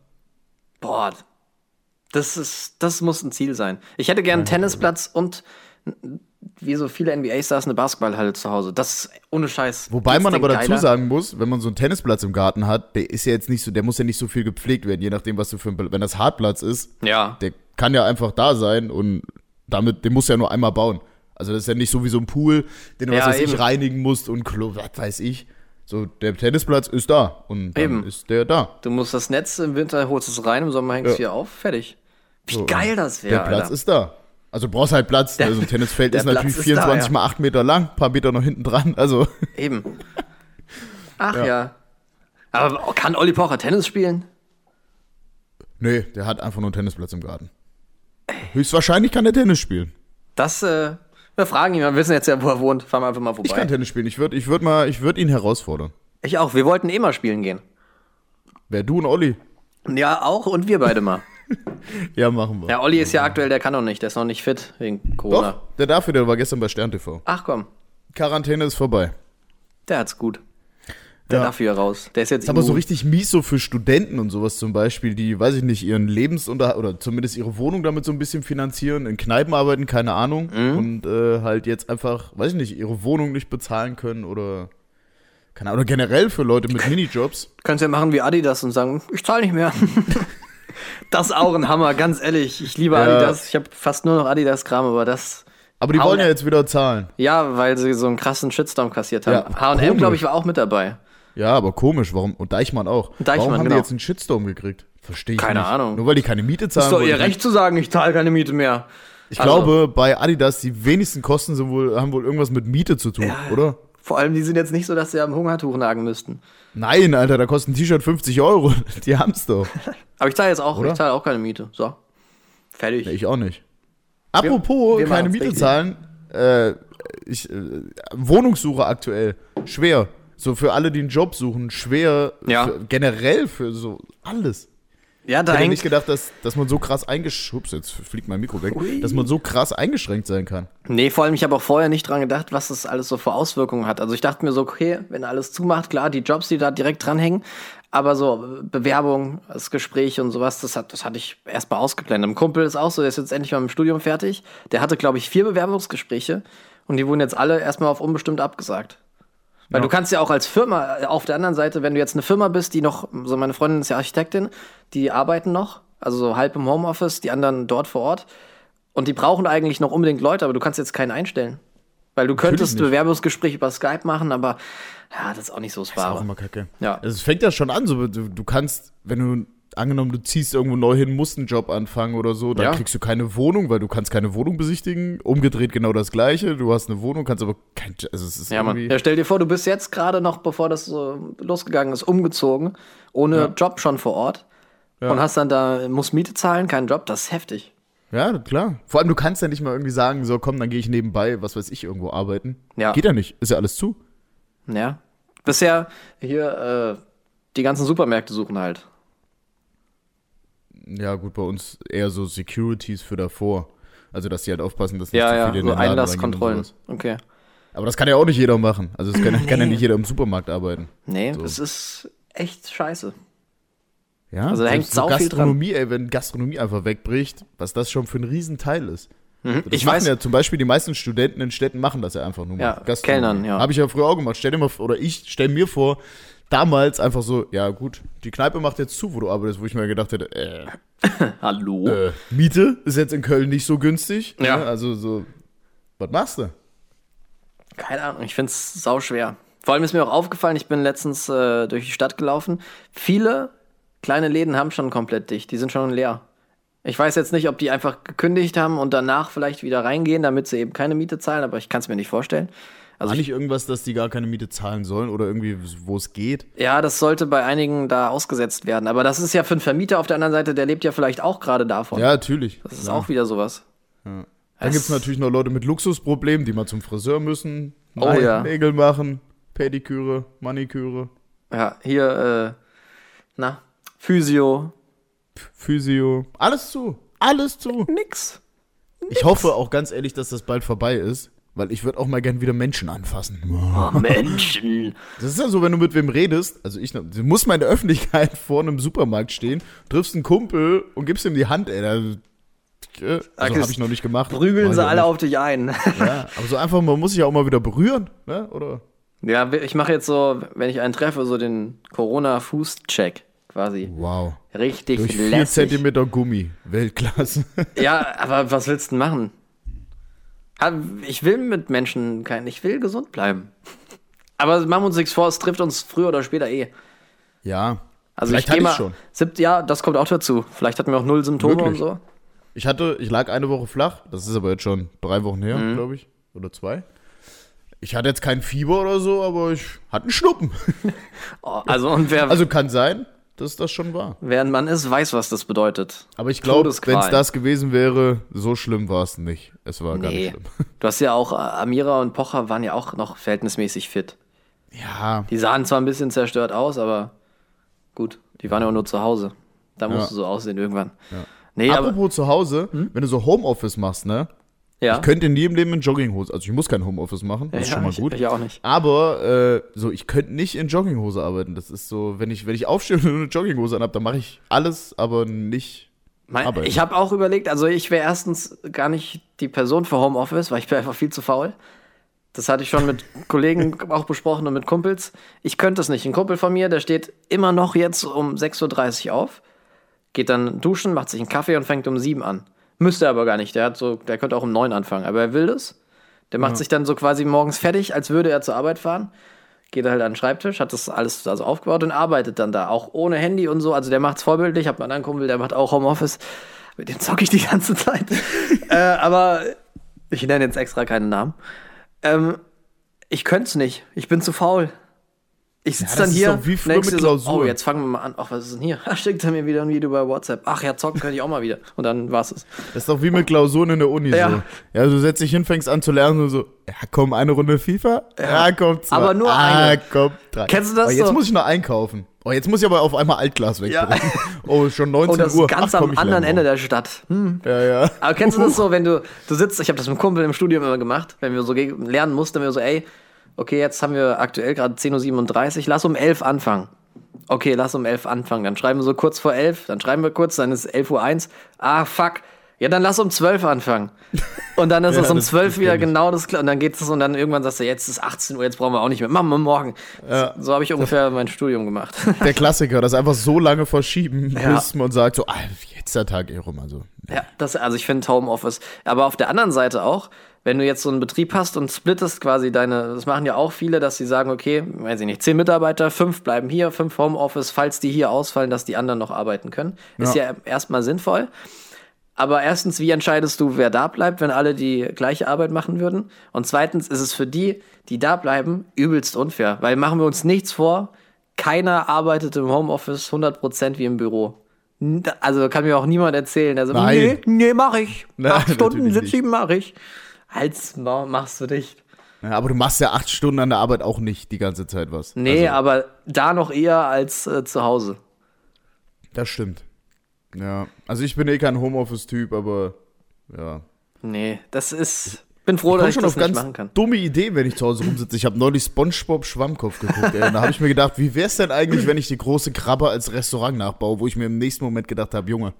[SPEAKER 3] Boah. Das ist, das muss ein Ziel sein. Ich hätte gern einen Tennisplatz und wie so viele NBA-Stars eine Basketballhalle zu Hause. Das ist ohne Scheiß.
[SPEAKER 2] Wobei
[SPEAKER 3] gibt's
[SPEAKER 2] man
[SPEAKER 3] den
[SPEAKER 2] aber dazu
[SPEAKER 3] geiler?
[SPEAKER 2] sagen muss, wenn man so einen Tennisplatz im Garten hat, der ist ja jetzt nicht so, der muss ja nicht so viel gepflegt werden, je nachdem, was du für ein, wenn das Hartplatz ist,
[SPEAKER 3] Ja.
[SPEAKER 2] der kann ja einfach da sein und damit, den musst du ja nur einmal bauen. Also das ist ja nicht so wie so ein Pool, den du
[SPEAKER 3] Ja,
[SPEAKER 2] was weiß
[SPEAKER 3] eben.
[SPEAKER 2] ich reinigen musst und Klo, was weiß ich. So, der Tennisplatz ist da und dann
[SPEAKER 3] Eben.
[SPEAKER 2] ist der da.
[SPEAKER 3] Du musst das Netz im Winter holst es rein, im Sommer hängst
[SPEAKER 2] Ja.
[SPEAKER 3] du hier auf. Fertig. Wie geil das
[SPEAKER 2] Der
[SPEAKER 3] wäre.
[SPEAKER 2] Platz ist da. Also du brauchst halt Platz. also ein Tennisfeld
[SPEAKER 3] der
[SPEAKER 2] ist natürlich
[SPEAKER 3] Platz ist da,
[SPEAKER 2] 24
[SPEAKER 3] ja.
[SPEAKER 2] mal 8 Meter lang, paar Meter noch hinten dran. Also
[SPEAKER 3] Eben. Ach ja. Aber kann Olli Pocher Tennis spielen?
[SPEAKER 2] nee, der hat einfach nur einen Tennisplatz im Garten. Höchstwahrscheinlich kann der Tennis spielen.
[SPEAKER 3] Das, äh, wir fragen ihn, wir wissen jetzt ja, wo er wohnt. Fahren wir einfach mal vorbei.
[SPEAKER 2] Ich kann Tennis spielen. Ich würde ich würd mal, ich würd ihn herausfordern.
[SPEAKER 3] ich auch. Wir wollten eh mal spielen gehen.
[SPEAKER 2] Wer du und Olli?
[SPEAKER 3] Ja, auch und wir beide mal.
[SPEAKER 2] Ja, machen wir.
[SPEAKER 3] Ja, Olli ist ja aktuell, der kann noch nicht, der ist noch nicht fit wegen
[SPEAKER 2] Doch,
[SPEAKER 3] Corona.
[SPEAKER 2] der dafür, der war gestern bei Stern TV.
[SPEAKER 3] Ach komm,
[SPEAKER 2] Quarantäne ist vorbei.
[SPEAKER 3] der hat's gut. Der
[SPEAKER 2] Ja.
[SPEAKER 3] darf wieder raus. Der ist jetzt
[SPEAKER 2] Ist aber so
[SPEAKER 3] immun.
[SPEAKER 2] richtig mies so für Studenten und sowas zum Beispiel, die, weiß ich nicht, ihren Lebensunterhalt oder zumindest ihre Wohnung damit so ein bisschen finanzieren, in Kneipen arbeiten, keine Ahnung.
[SPEAKER 3] Mhm.
[SPEAKER 2] Und äh, halt jetzt einfach, weiß ich nicht, ihre Wohnung nicht bezahlen können oder, keine Ahnung, oder generell für Leute mit Minijobs.
[SPEAKER 3] Könnt's ja machen wie Adidas und sagen, ich zahle nicht mehr. das ist auch ein Hammer, ganz ehrlich. Ich liebe
[SPEAKER 2] Ja.
[SPEAKER 3] Adidas. Ich habe fast nur noch Adidas-Kram, aber das.
[SPEAKER 2] Aber die
[SPEAKER 3] Au.
[SPEAKER 2] wollen ja jetzt wieder zahlen.
[SPEAKER 3] Ja, weil sie so einen krassen Shitstorm kassiert haben.
[SPEAKER 2] Ja,
[SPEAKER 3] HM,
[SPEAKER 2] komisch.
[SPEAKER 3] glaube ich, war auch mit dabei.
[SPEAKER 2] Ja, aber komisch, warum? Und Deichmann auch.
[SPEAKER 3] Deichmann,
[SPEAKER 2] warum haben
[SPEAKER 3] genau.
[SPEAKER 2] die jetzt einen Shitstorm gekriegt? Verstehe ich
[SPEAKER 3] Keine
[SPEAKER 2] nicht.
[SPEAKER 3] Ahnung.
[SPEAKER 2] Nur weil die keine Miete zahlen
[SPEAKER 3] Ist doch ihr
[SPEAKER 2] wollen.
[SPEAKER 3] Recht zu sagen, ich zahle keine Miete mehr.
[SPEAKER 2] Ich
[SPEAKER 3] Also-
[SPEAKER 2] glaube, bei Adidas, die wenigsten Kosten sind wohl, haben wohl irgendwas mit Miete zu tun, oder?
[SPEAKER 3] Vor allem, die sind jetzt nicht so, dass sie am Hungertuch nagen müssten.
[SPEAKER 2] Nein, Alter, da kostet ein T-Shirt 50 Euro. Die haben's doch.
[SPEAKER 3] Aber ich zahle jetzt auch,
[SPEAKER 2] Oder?
[SPEAKER 3] ich zahle auch keine Miete. So. Fertig.
[SPEAKER 2] Nee, ich auch nicht. Apropos
[SPEAKER 3] wir
[SPEAKER 2] keine
[SPEAKER 3] machen's
[SPEAKER 2] Miete
[SPEAKER 3] richtig.
[SPEAKER 2] zahlen, äh, ich, äh, Wohnungssuche aktuell, schwer. So für alle, die einen Job suchen, schwer.
[SPEAKER 3] Ja.
[SPEAKER 2] Für, generell für so alles.
[SPEAKER 3] ja, da
[SPEAKER 2] Ich hätte
[SPEAKER 3] hängt,
[SPEAKER 2] nicht gedacht, dass, dass man so krass eingeschränkt, jetzt fliegt mein Mikro weg,
[SPEAKER 3] Ui.
[SPEAKER 2] dass man so krass eingeschränkt sein kann.
[SPEAKER 3] Nee, vor allem, ich habe auch vorher nicht dran gedacht, was das alles so für Auswirkungen hat. Also ich dachte mir so, okay, wenn alles zumacht, klar, die Jobs, die da direkt dranhängen, aber so äh, Bewerbung, das Gespräch und sowas, das, hat, das hatte ich erstmal ausgeblendet. Ein Kumpel ist auch so, der ist jetzt endlich mal im Studium fertig. Der hatte, glaube ich, vier Bewerbungsgespräche und die wurden jetzt alle erstmal auf unbestimmt abgesagt. Weil
[SPEAKER 2] Genau.
[SPEAKER 3] du kannst ja auch als Firma, äh, auf der anderen Seite, wenn du jetzt eine Firma bist, die noch, so meine Freundin ist ja Architektin, die arbeiten noch, also so halb im Homeoffice, die anderen dort vor Ort. Und die brauchen eigentlich noch unbedingt Leute, aber du kannst jetzt keinen einstellen. Weil du könntest ein
[SPEAKER 2] nicht.
[SPEAKER 3] Bewerbungsgespräch über Skype machen, aber ja, das ist auch nicht so das
[SPEAKER 2] Ist auch
[SPEAKER 3] Wahre.
[SPEAKER 2] immer kacke.
[SPEAKER 3] Ja.
[SPEAKER 2] Also es fängt ja schon an, so, du, du kannst, wenn du angenommen, du ziehst irgendwo neu hin, musst einen Job anfangen oder so, dann
[SPEAKER 3] Ja.
[SPEAKER 2] kriegst du keine Wohnung, weil du kannst keine Wohnung besichtigen. Umgedreht genau das gleiche. Du hast eine Wohnung, kannst aber kein Jo- also es ist
[SPEAKER 3] Ja, Mann.
[SPEAKER 2] irgendwie
[SPEAKER 3] Ja, stell dir vor, du bist jetzt gerade noch, bevor das so losgegangen ist, umgezogen, ohne Job schon vor Ort und hast dann da, musst Miete zahlen, keinen Job, das ist heftig.
[SPEAKER 2] ja, klar. Vor allem du kannst ja nicht mal irgendwie sagen, so komm, dann gehe ich nebenbei, was weiß ich, irgendwo arbeiten.
[SPEAKER 3] Ja.
[SPEAKER 2] Geht ja nicht, ist ja alles zu.
[SPEAKER 3] Ja. Bisher hier, äh, die ganzen Supermärkte suchen halt.
[SPEAKER 2] Ja, gut, bei uns eher so Securities für davor. Also, dass die halt aufpassen, dass nicht
[SPEAKER 3] Ja,
[SPEAKER 2] zu
[SPEAKER 3] ja,
[SPEAKER 2] viele in
[SPEAKER 3] so
[SPEAKER 2] den Laden reingehen
[SPEAKER 3] Einlasskontrollen.
[SPEAKER 2] und sowas.
[SPEAKER 3] Okay.
[SPEAKER 2] Aber das kann ja auch nicht jeder machen. Also, es kann, kann ja nicht jeder im Supermarkt arbeiten.
[SPEAKER 3] Nee, es ist echt scheiße.
[SPEAKER 2] Ja,
[SPEAKER 3] Also da hängt
[SPEAKER 2] selbst so
[SPEAKER 3] sau viel dran.
[SPEAKER 2] Gastronomie, ey, wenn Gastronomie einfach wegbricht, was das schon für ein Riesenteil ist. Das
[SPEAKER 3] Mhm. Ich
[SPEAKER 2] machen
[SPEAKER 3] weiß-
[SPEAKER 2] ja zum Beispiel die meisten Studenten in Städten machen das ja einfach nur.
[SPEAKER 3] Ja,
[SPEAKER 2] mal. Gastronomie.
[SPEAKER 3] Kellnern, ja.
[SPEAKER 2] Habe ich ja früher auch gemacht. Stell dir mal vor- oder ich stell mir vor, damals einfach so, ja gut, die Kneipe macht jetzt zu, wo du arbeitest, wo ich mir gedacht hätte, äh,
[SPEAKER 3] Hallo?
[SPEAKER 2] äh, Miete ist jetzt in Köln nicht so günstig.
[SPEAKER 3] Ja.
[SPEAKER 2] Ne? Also so, was machst du?
[SPEAKER 3] Keine Ahnung, ich find's sau schwer. Vor allem ist mir auch aufgefallen, ich bin letztens äh, durch die Stadt gelaufen. Viele kleine Läden haben schon komplett dicht, die sind schon leer. Ich weiß jetzt nicht, ob die einfach gekündigt haben und danach vielleicht wieder reingehen, damit sie eben keine Miete zahlen, aber ich kann's mir nicht vorstellen. Also
[SPEAKER 2] Also War nicht irgendwas, dass die gar keine Miete zahlen sollen oder irgendwie, wo es geht?
[SPEAKER 3] Ja, das sollte bei einigen da ausgesetzt werden. Aber das ist ja für einen Vermieter auf der anderen Seite, der lebt ja vielleicht auch gerade davon.
[SPEAKER 2] Ja, genau. natürlich.
[SPEAKER 3] Das ist auch wieder sowas.
[SPEAKER 2] Dann gibt es natürlich noch Leute mit Luxusproblemen, die mal zum Friseur müssen,
[SPEAKER 3] Oh
[SPEAKER 2] Nagel-
[SPEAKER 3] ja.
[SPEAKER 2] Nägel machen, Pediküre, Maniküre,
[SPEAKER 3] Ja, hier, äh, na, Physio,
[SPEAKER 2] Physio. Alles zu. Alles zu.
[SPEAKER 3] nix.
[SPEAKER 2] Ich hoffe auch ganz ehrlich, dass das bald vorbei ist, weil ich würde auch mal gern wieder Menschen anfassen.
[SPEAKER 3] Oh, Menschen.
[SPEAKER 2] Das ist ja so, wenn du mit wem redest, also ich, du musst mal in der Öffentlichkeit vor einem Supermarkt stehen, triffst einen Kumpel und gibst ihm die Hand, ey. da- äh, Also
[SPEAKER 3] Agnes,
[SPEAKER 2] habe ich noch nicht gemacht.
[SPEAKER 3] Prügeln
[SPEAKER 2] Mach ich
[SPEAKER 3] sie
[SPEAKER 2] auch
[SPEAKER 3] alle
[SPEAKER 2] nicht.
[SPEAKER 3] auf dich ein.
[SPEAKER 2] Ja, aber so einfach, man muss sich ja auch mal wieder berühren, ne? Oder?
[SPEAKER 3] ja, ich mache jetzt so, wenn ich einen treffe, so den Corona-Fuß-Check quasi.
[SPEAKER 2] Wow.
[SPEAKER 3] Richtig
[SPEAKER 2] Durch 4
[SPEAKER 3] lässig.
[SPEAKER 2] Zentimeter Gummi. Weltklasse.
[SPEAKER 3] Ja, aber was willst du denn machen? Ah, Ich will mit Menschen kein, ich will gesund bleiben. Aber machen wir uns nichts vor, es trifft uns früher oder später eh.
[SPEAKER 2] Ja.
[SPEAKER 3] Also
[SPEAKER 2] Vielleicht
[SPEAKER 3] ich gehe
[SPEAKER 2] hatte
[SPEAKER 3] mal.
[SPEAKER 2] ich schon.
[SPEAKER 3] Siebt, ja, das kommt auch dazu. Vielleicht hatten wir auch null Symptome
[SPEAKER 2] Möglich.
[SPEAKER 3] und so.
[SPEAKER 2] Ich hatte, ich lag eine Woche flach, das ist aber jetzt schon drei Wochen her,
[SPEAKER 3] Mhm.
[SPEAKER 2] glaube ich. Oder zwei. Ich hatte jetzt kein Fieber oder so, aber ich hatte einen Schnuppen.
[SPEAKER 3] Oh, also und wer,
[SPEAKER 2] Also kann sein, dass das schon war.
[SPEAKER 3] wer ein Mann ist, weiß, was das bedeutet.
[SPEAKER 2] Aber ich glaube,
[SPEAKER 3] Todesqualen.
[SPEAKER 2] wenn es das gewesen wäre, so schlimm war es nicht. Es war gar nicht
[SPEAKER 3] Nee.
[SPEAKER 2] schlimm.
[SPEAKER 3] Du hast ja auch, äh, Amira und Pocher waren ja auch noch verhältnismäßig fit.
[SPEAKER 2] Ja,
[SPEAKER 3] Die sahen zwar ein bisschen zerstört aus, aber gut, die waren ja auch nur zu Hause. Da musst
[SPEAKER 2] Ja.
[SPEAKER 3] du so aussehen irgendwann. Nee, aber Hm?
[SPEAKER 2] apropos zu Hause, wenn du so Homeoffice machst, ne?
[SPEAKER 3] ja.
[SPEAKER 2] Ich könnte in jedem Leben in Jogginghose, also ich muss kein Homeoffice machen, das ist
[SPEAKER 3] Ja,
[SPEAKER 2] schon mal
[SPEAKER 3] ich-
[SPEAKER 2] gut.
[SPEAKER 3] ich auch nicht.
[SPEAKER 2] Aber äh, so, ich könnte nicht in Jogginghose arbeiten. Das ist so, wenn ich, wenn ich aufstehe und nur eine Jogginghose anhab, dann mache ich alles, aber nicht.
[SPEAKER 3] Mein,
[SPEAKER 2] arbeiten.
[SPEAKER 3] ich habe auch überlegt, also ich wäre erstens gar nicht die Person für Homeoffice, weil ich bin einfach viel zu faul. Das hatte ich schon mit Kollegen auch besprochen und mit Kumpels. Ich könnte es nicht. Ein Kumpel von mir, der steht immer noch jetzt um 6.30 Uhr auf, geht dann duschen, macht sich einen Kaffee und fängt um 7 an. Müsste er aber gar nicht. Der, hat so, der könnte auch um 9 anfangen, aber er will das. Der macht sich dann so quasi morgens fertig, als würde er zur Arbeit fahren. Geht halt an den Schreibtisch, hat das alles also aufgebaut und arbeitet dann da. Auch ohne Handy und so. Also der macht's vorbildlich. Hab einen anderen Kumpel, der macht auch Homeoffice. Mit dem zocke ich die ganze Zeit. äh, aber ich nenne jetzt extra keinen Namen. Ähm, ich könnte es nicht. Ich bin zu faul. Ich sitze
[SPEAKER 2] Ja, das
[SPEAKER 3] dann
[SPEAKER 2] ist
[SPEAKER 3] hier.
[SPEAKER 2] doch wie früher
[SPEAKER 3] denkst
[SPEAKER 2] mit
[SPEAKER 3] dir so,
[SPEAKER 2] Klausuren.
[SPEAKER 3] oh, jetzt fangen wir mal an. Ach, was ist denn hier? Schickt er mir wieder ein Video bei WhatsApp. Ach ja, zocken könnte ich auch mal wieder. Und dann war's es.
[SPEAKER 2] Das ist doch wie mit Klausuren in der Uni.
[SPEAKER 3] Ja.
[SPEAKER 2] So. ja, du setzt dich hin, fängst an zu lernen und so, ja, komm, eine Runde FIFA, ja, komm, zwei.
[SPEAKER 3] Aber nur
[SPEAKER 2] ah,
[SPEAKER 3] eine.
[SPEAKER 2] komm, drei.
[SPEAKER 3] Kennst du das
[SPEAKER 2] oh, jetzt
[SPEAKER 3] so?
[SPEAKER 2] muss ich noch einkaufen. Oh, jetzt muss ich aber auf einmal Altglas wegbringen. Oh, schon 19
[SPEAKER 3] Und das ist
[SPEAKER 2] Uhr.
[SPEAKER 3] ganz
[SPEAKER 2] Ach, komm,
[SPEAKER 3] am
[SPEAKER 2] ich lerne
[SPEAKER 3] anderen Ende
[SPEAKER 2] morgen.
[SPEAKER 3] der Stadt. Hm.
[SPEAKER 2] Ja, ja.
[SPEAKER 3] Aber kennst du das
[SPEAKER 2] Uh.
[SPEAKER 3] so, wenn du, du sitzt, ich habe das mit einem Kumpel im Studium immer gemacht, wenn wir so gegen- lernen mussten, wenn wir so, ey, okay, jetzt haben wir aktuell gerade 10.37 Uhr, lass um 11 Uhr anfangen. Okay, lass um 11 Uhr anfangen. Dann schreiben wir so kurz vor 11, dann schreiben wir kurz, dann ist 11.01 Uhr. Ah, fuck. Ja, dann lass um 12 Uhr anfangen. Und dann ist
[SPEAKER 2] Ja,
[SPEAKER 3] es um
[SPEAKER 2] das-
[SPEAKER 3] 12
[SPEAKER 2] das
[SPEAKER 3] wieder
[SPEAKER 2] kenn ich.
[SPEAKER 3] genau das gleiche. Und dann geht es und dann irgendwann sagst du, jetzt ist 18 Uhr, jetzt brauchen wir auch nicht mehr. Machen wir morgen. So habe ich ungefähr mein Studium gemacht.
[SPEAKER 2] Der Klassiker, das einfach so lange verschieben,
[SPEAKER 3] Ja.
[SPEAKER 2] bis man sagt, so, ah, jetzt der Tag eh rum. Also,
[SPEAKER 3] Ja, das, also ich finde Homeoffice. Aber auf der anderen Seite auch, wenn du jetzt so einen Betrieb hast und splittest quasi deine, das machen ja auch viele, dass sie sagen, okay, weiß ich nicht, zehn Mitarbeiter, fünf bleiben hier, fünf Homeoffice, falls die hier ausfallen, dass die anderen noch arbeiten können. Ist
[SPEAKER 2] Ja.
[SPEAKER 3] ja erstmal sinnvoll. Aber erstens, wie entscheidest du, wer da bleibt, wenn alle die gleiche Arbeit machen würden? Und zweitens ist es für die, die da bleiben, übelst unfair. Weil machen wir uns nichts vor, keiner arbeitet im Homeoffice 100% wie im Büro. N- da- Also kann mir auch niemand erzählen. Also,
[SPEAKER 2] Nein.
[SPEAKER 3] nee, nee, mach ich.
[SPEAKER 2] Nein,
[SPEAKER 3] Acht Stunden
[SPEAKER 2] natürlich nicht.
[SPEAKER 3] sitzen mach ich. Halt's Maul, machst du dich.
[SPEAKER 2] ja, aber du machst ja acht Stunden an der Arbeit auch nicht die ganze Zeit was.
[SPEAKER 3] Nee,
[SPEAKER 2] also,
[SPEAKER 3] aber da noch eher als äh, zu Hause.
[SPEAKER 2] Das stimmt. Ja, also ich bin eh kein Homeoffice-Typ, aber ja.
[SPEAKER 3] Nee, das ist. Bin froh,
[SPEAKER 2] Komm
[SPEAKER 3] dass ich
[SPEAKER 2] schon
[SPEAKER 3] das
[SPEAKER 2] auf
[SPEAKER 3] nicht
[SPEAKER 2] ganz
[SPEAKER 3] machen kann.
[SPEAKER 2] dumme Ideen, wenn ich zu Hause rumsitze. Ich habe neulich SpongeBob Schwammkopf geguckt. Ey. Und da habe ich mir gedacht, wie wär's denn eigentlich, wenn ich die große Krabbe als Restaurant nachbaue, wo ich mir im nächsten Moment gedacht habe, Junge,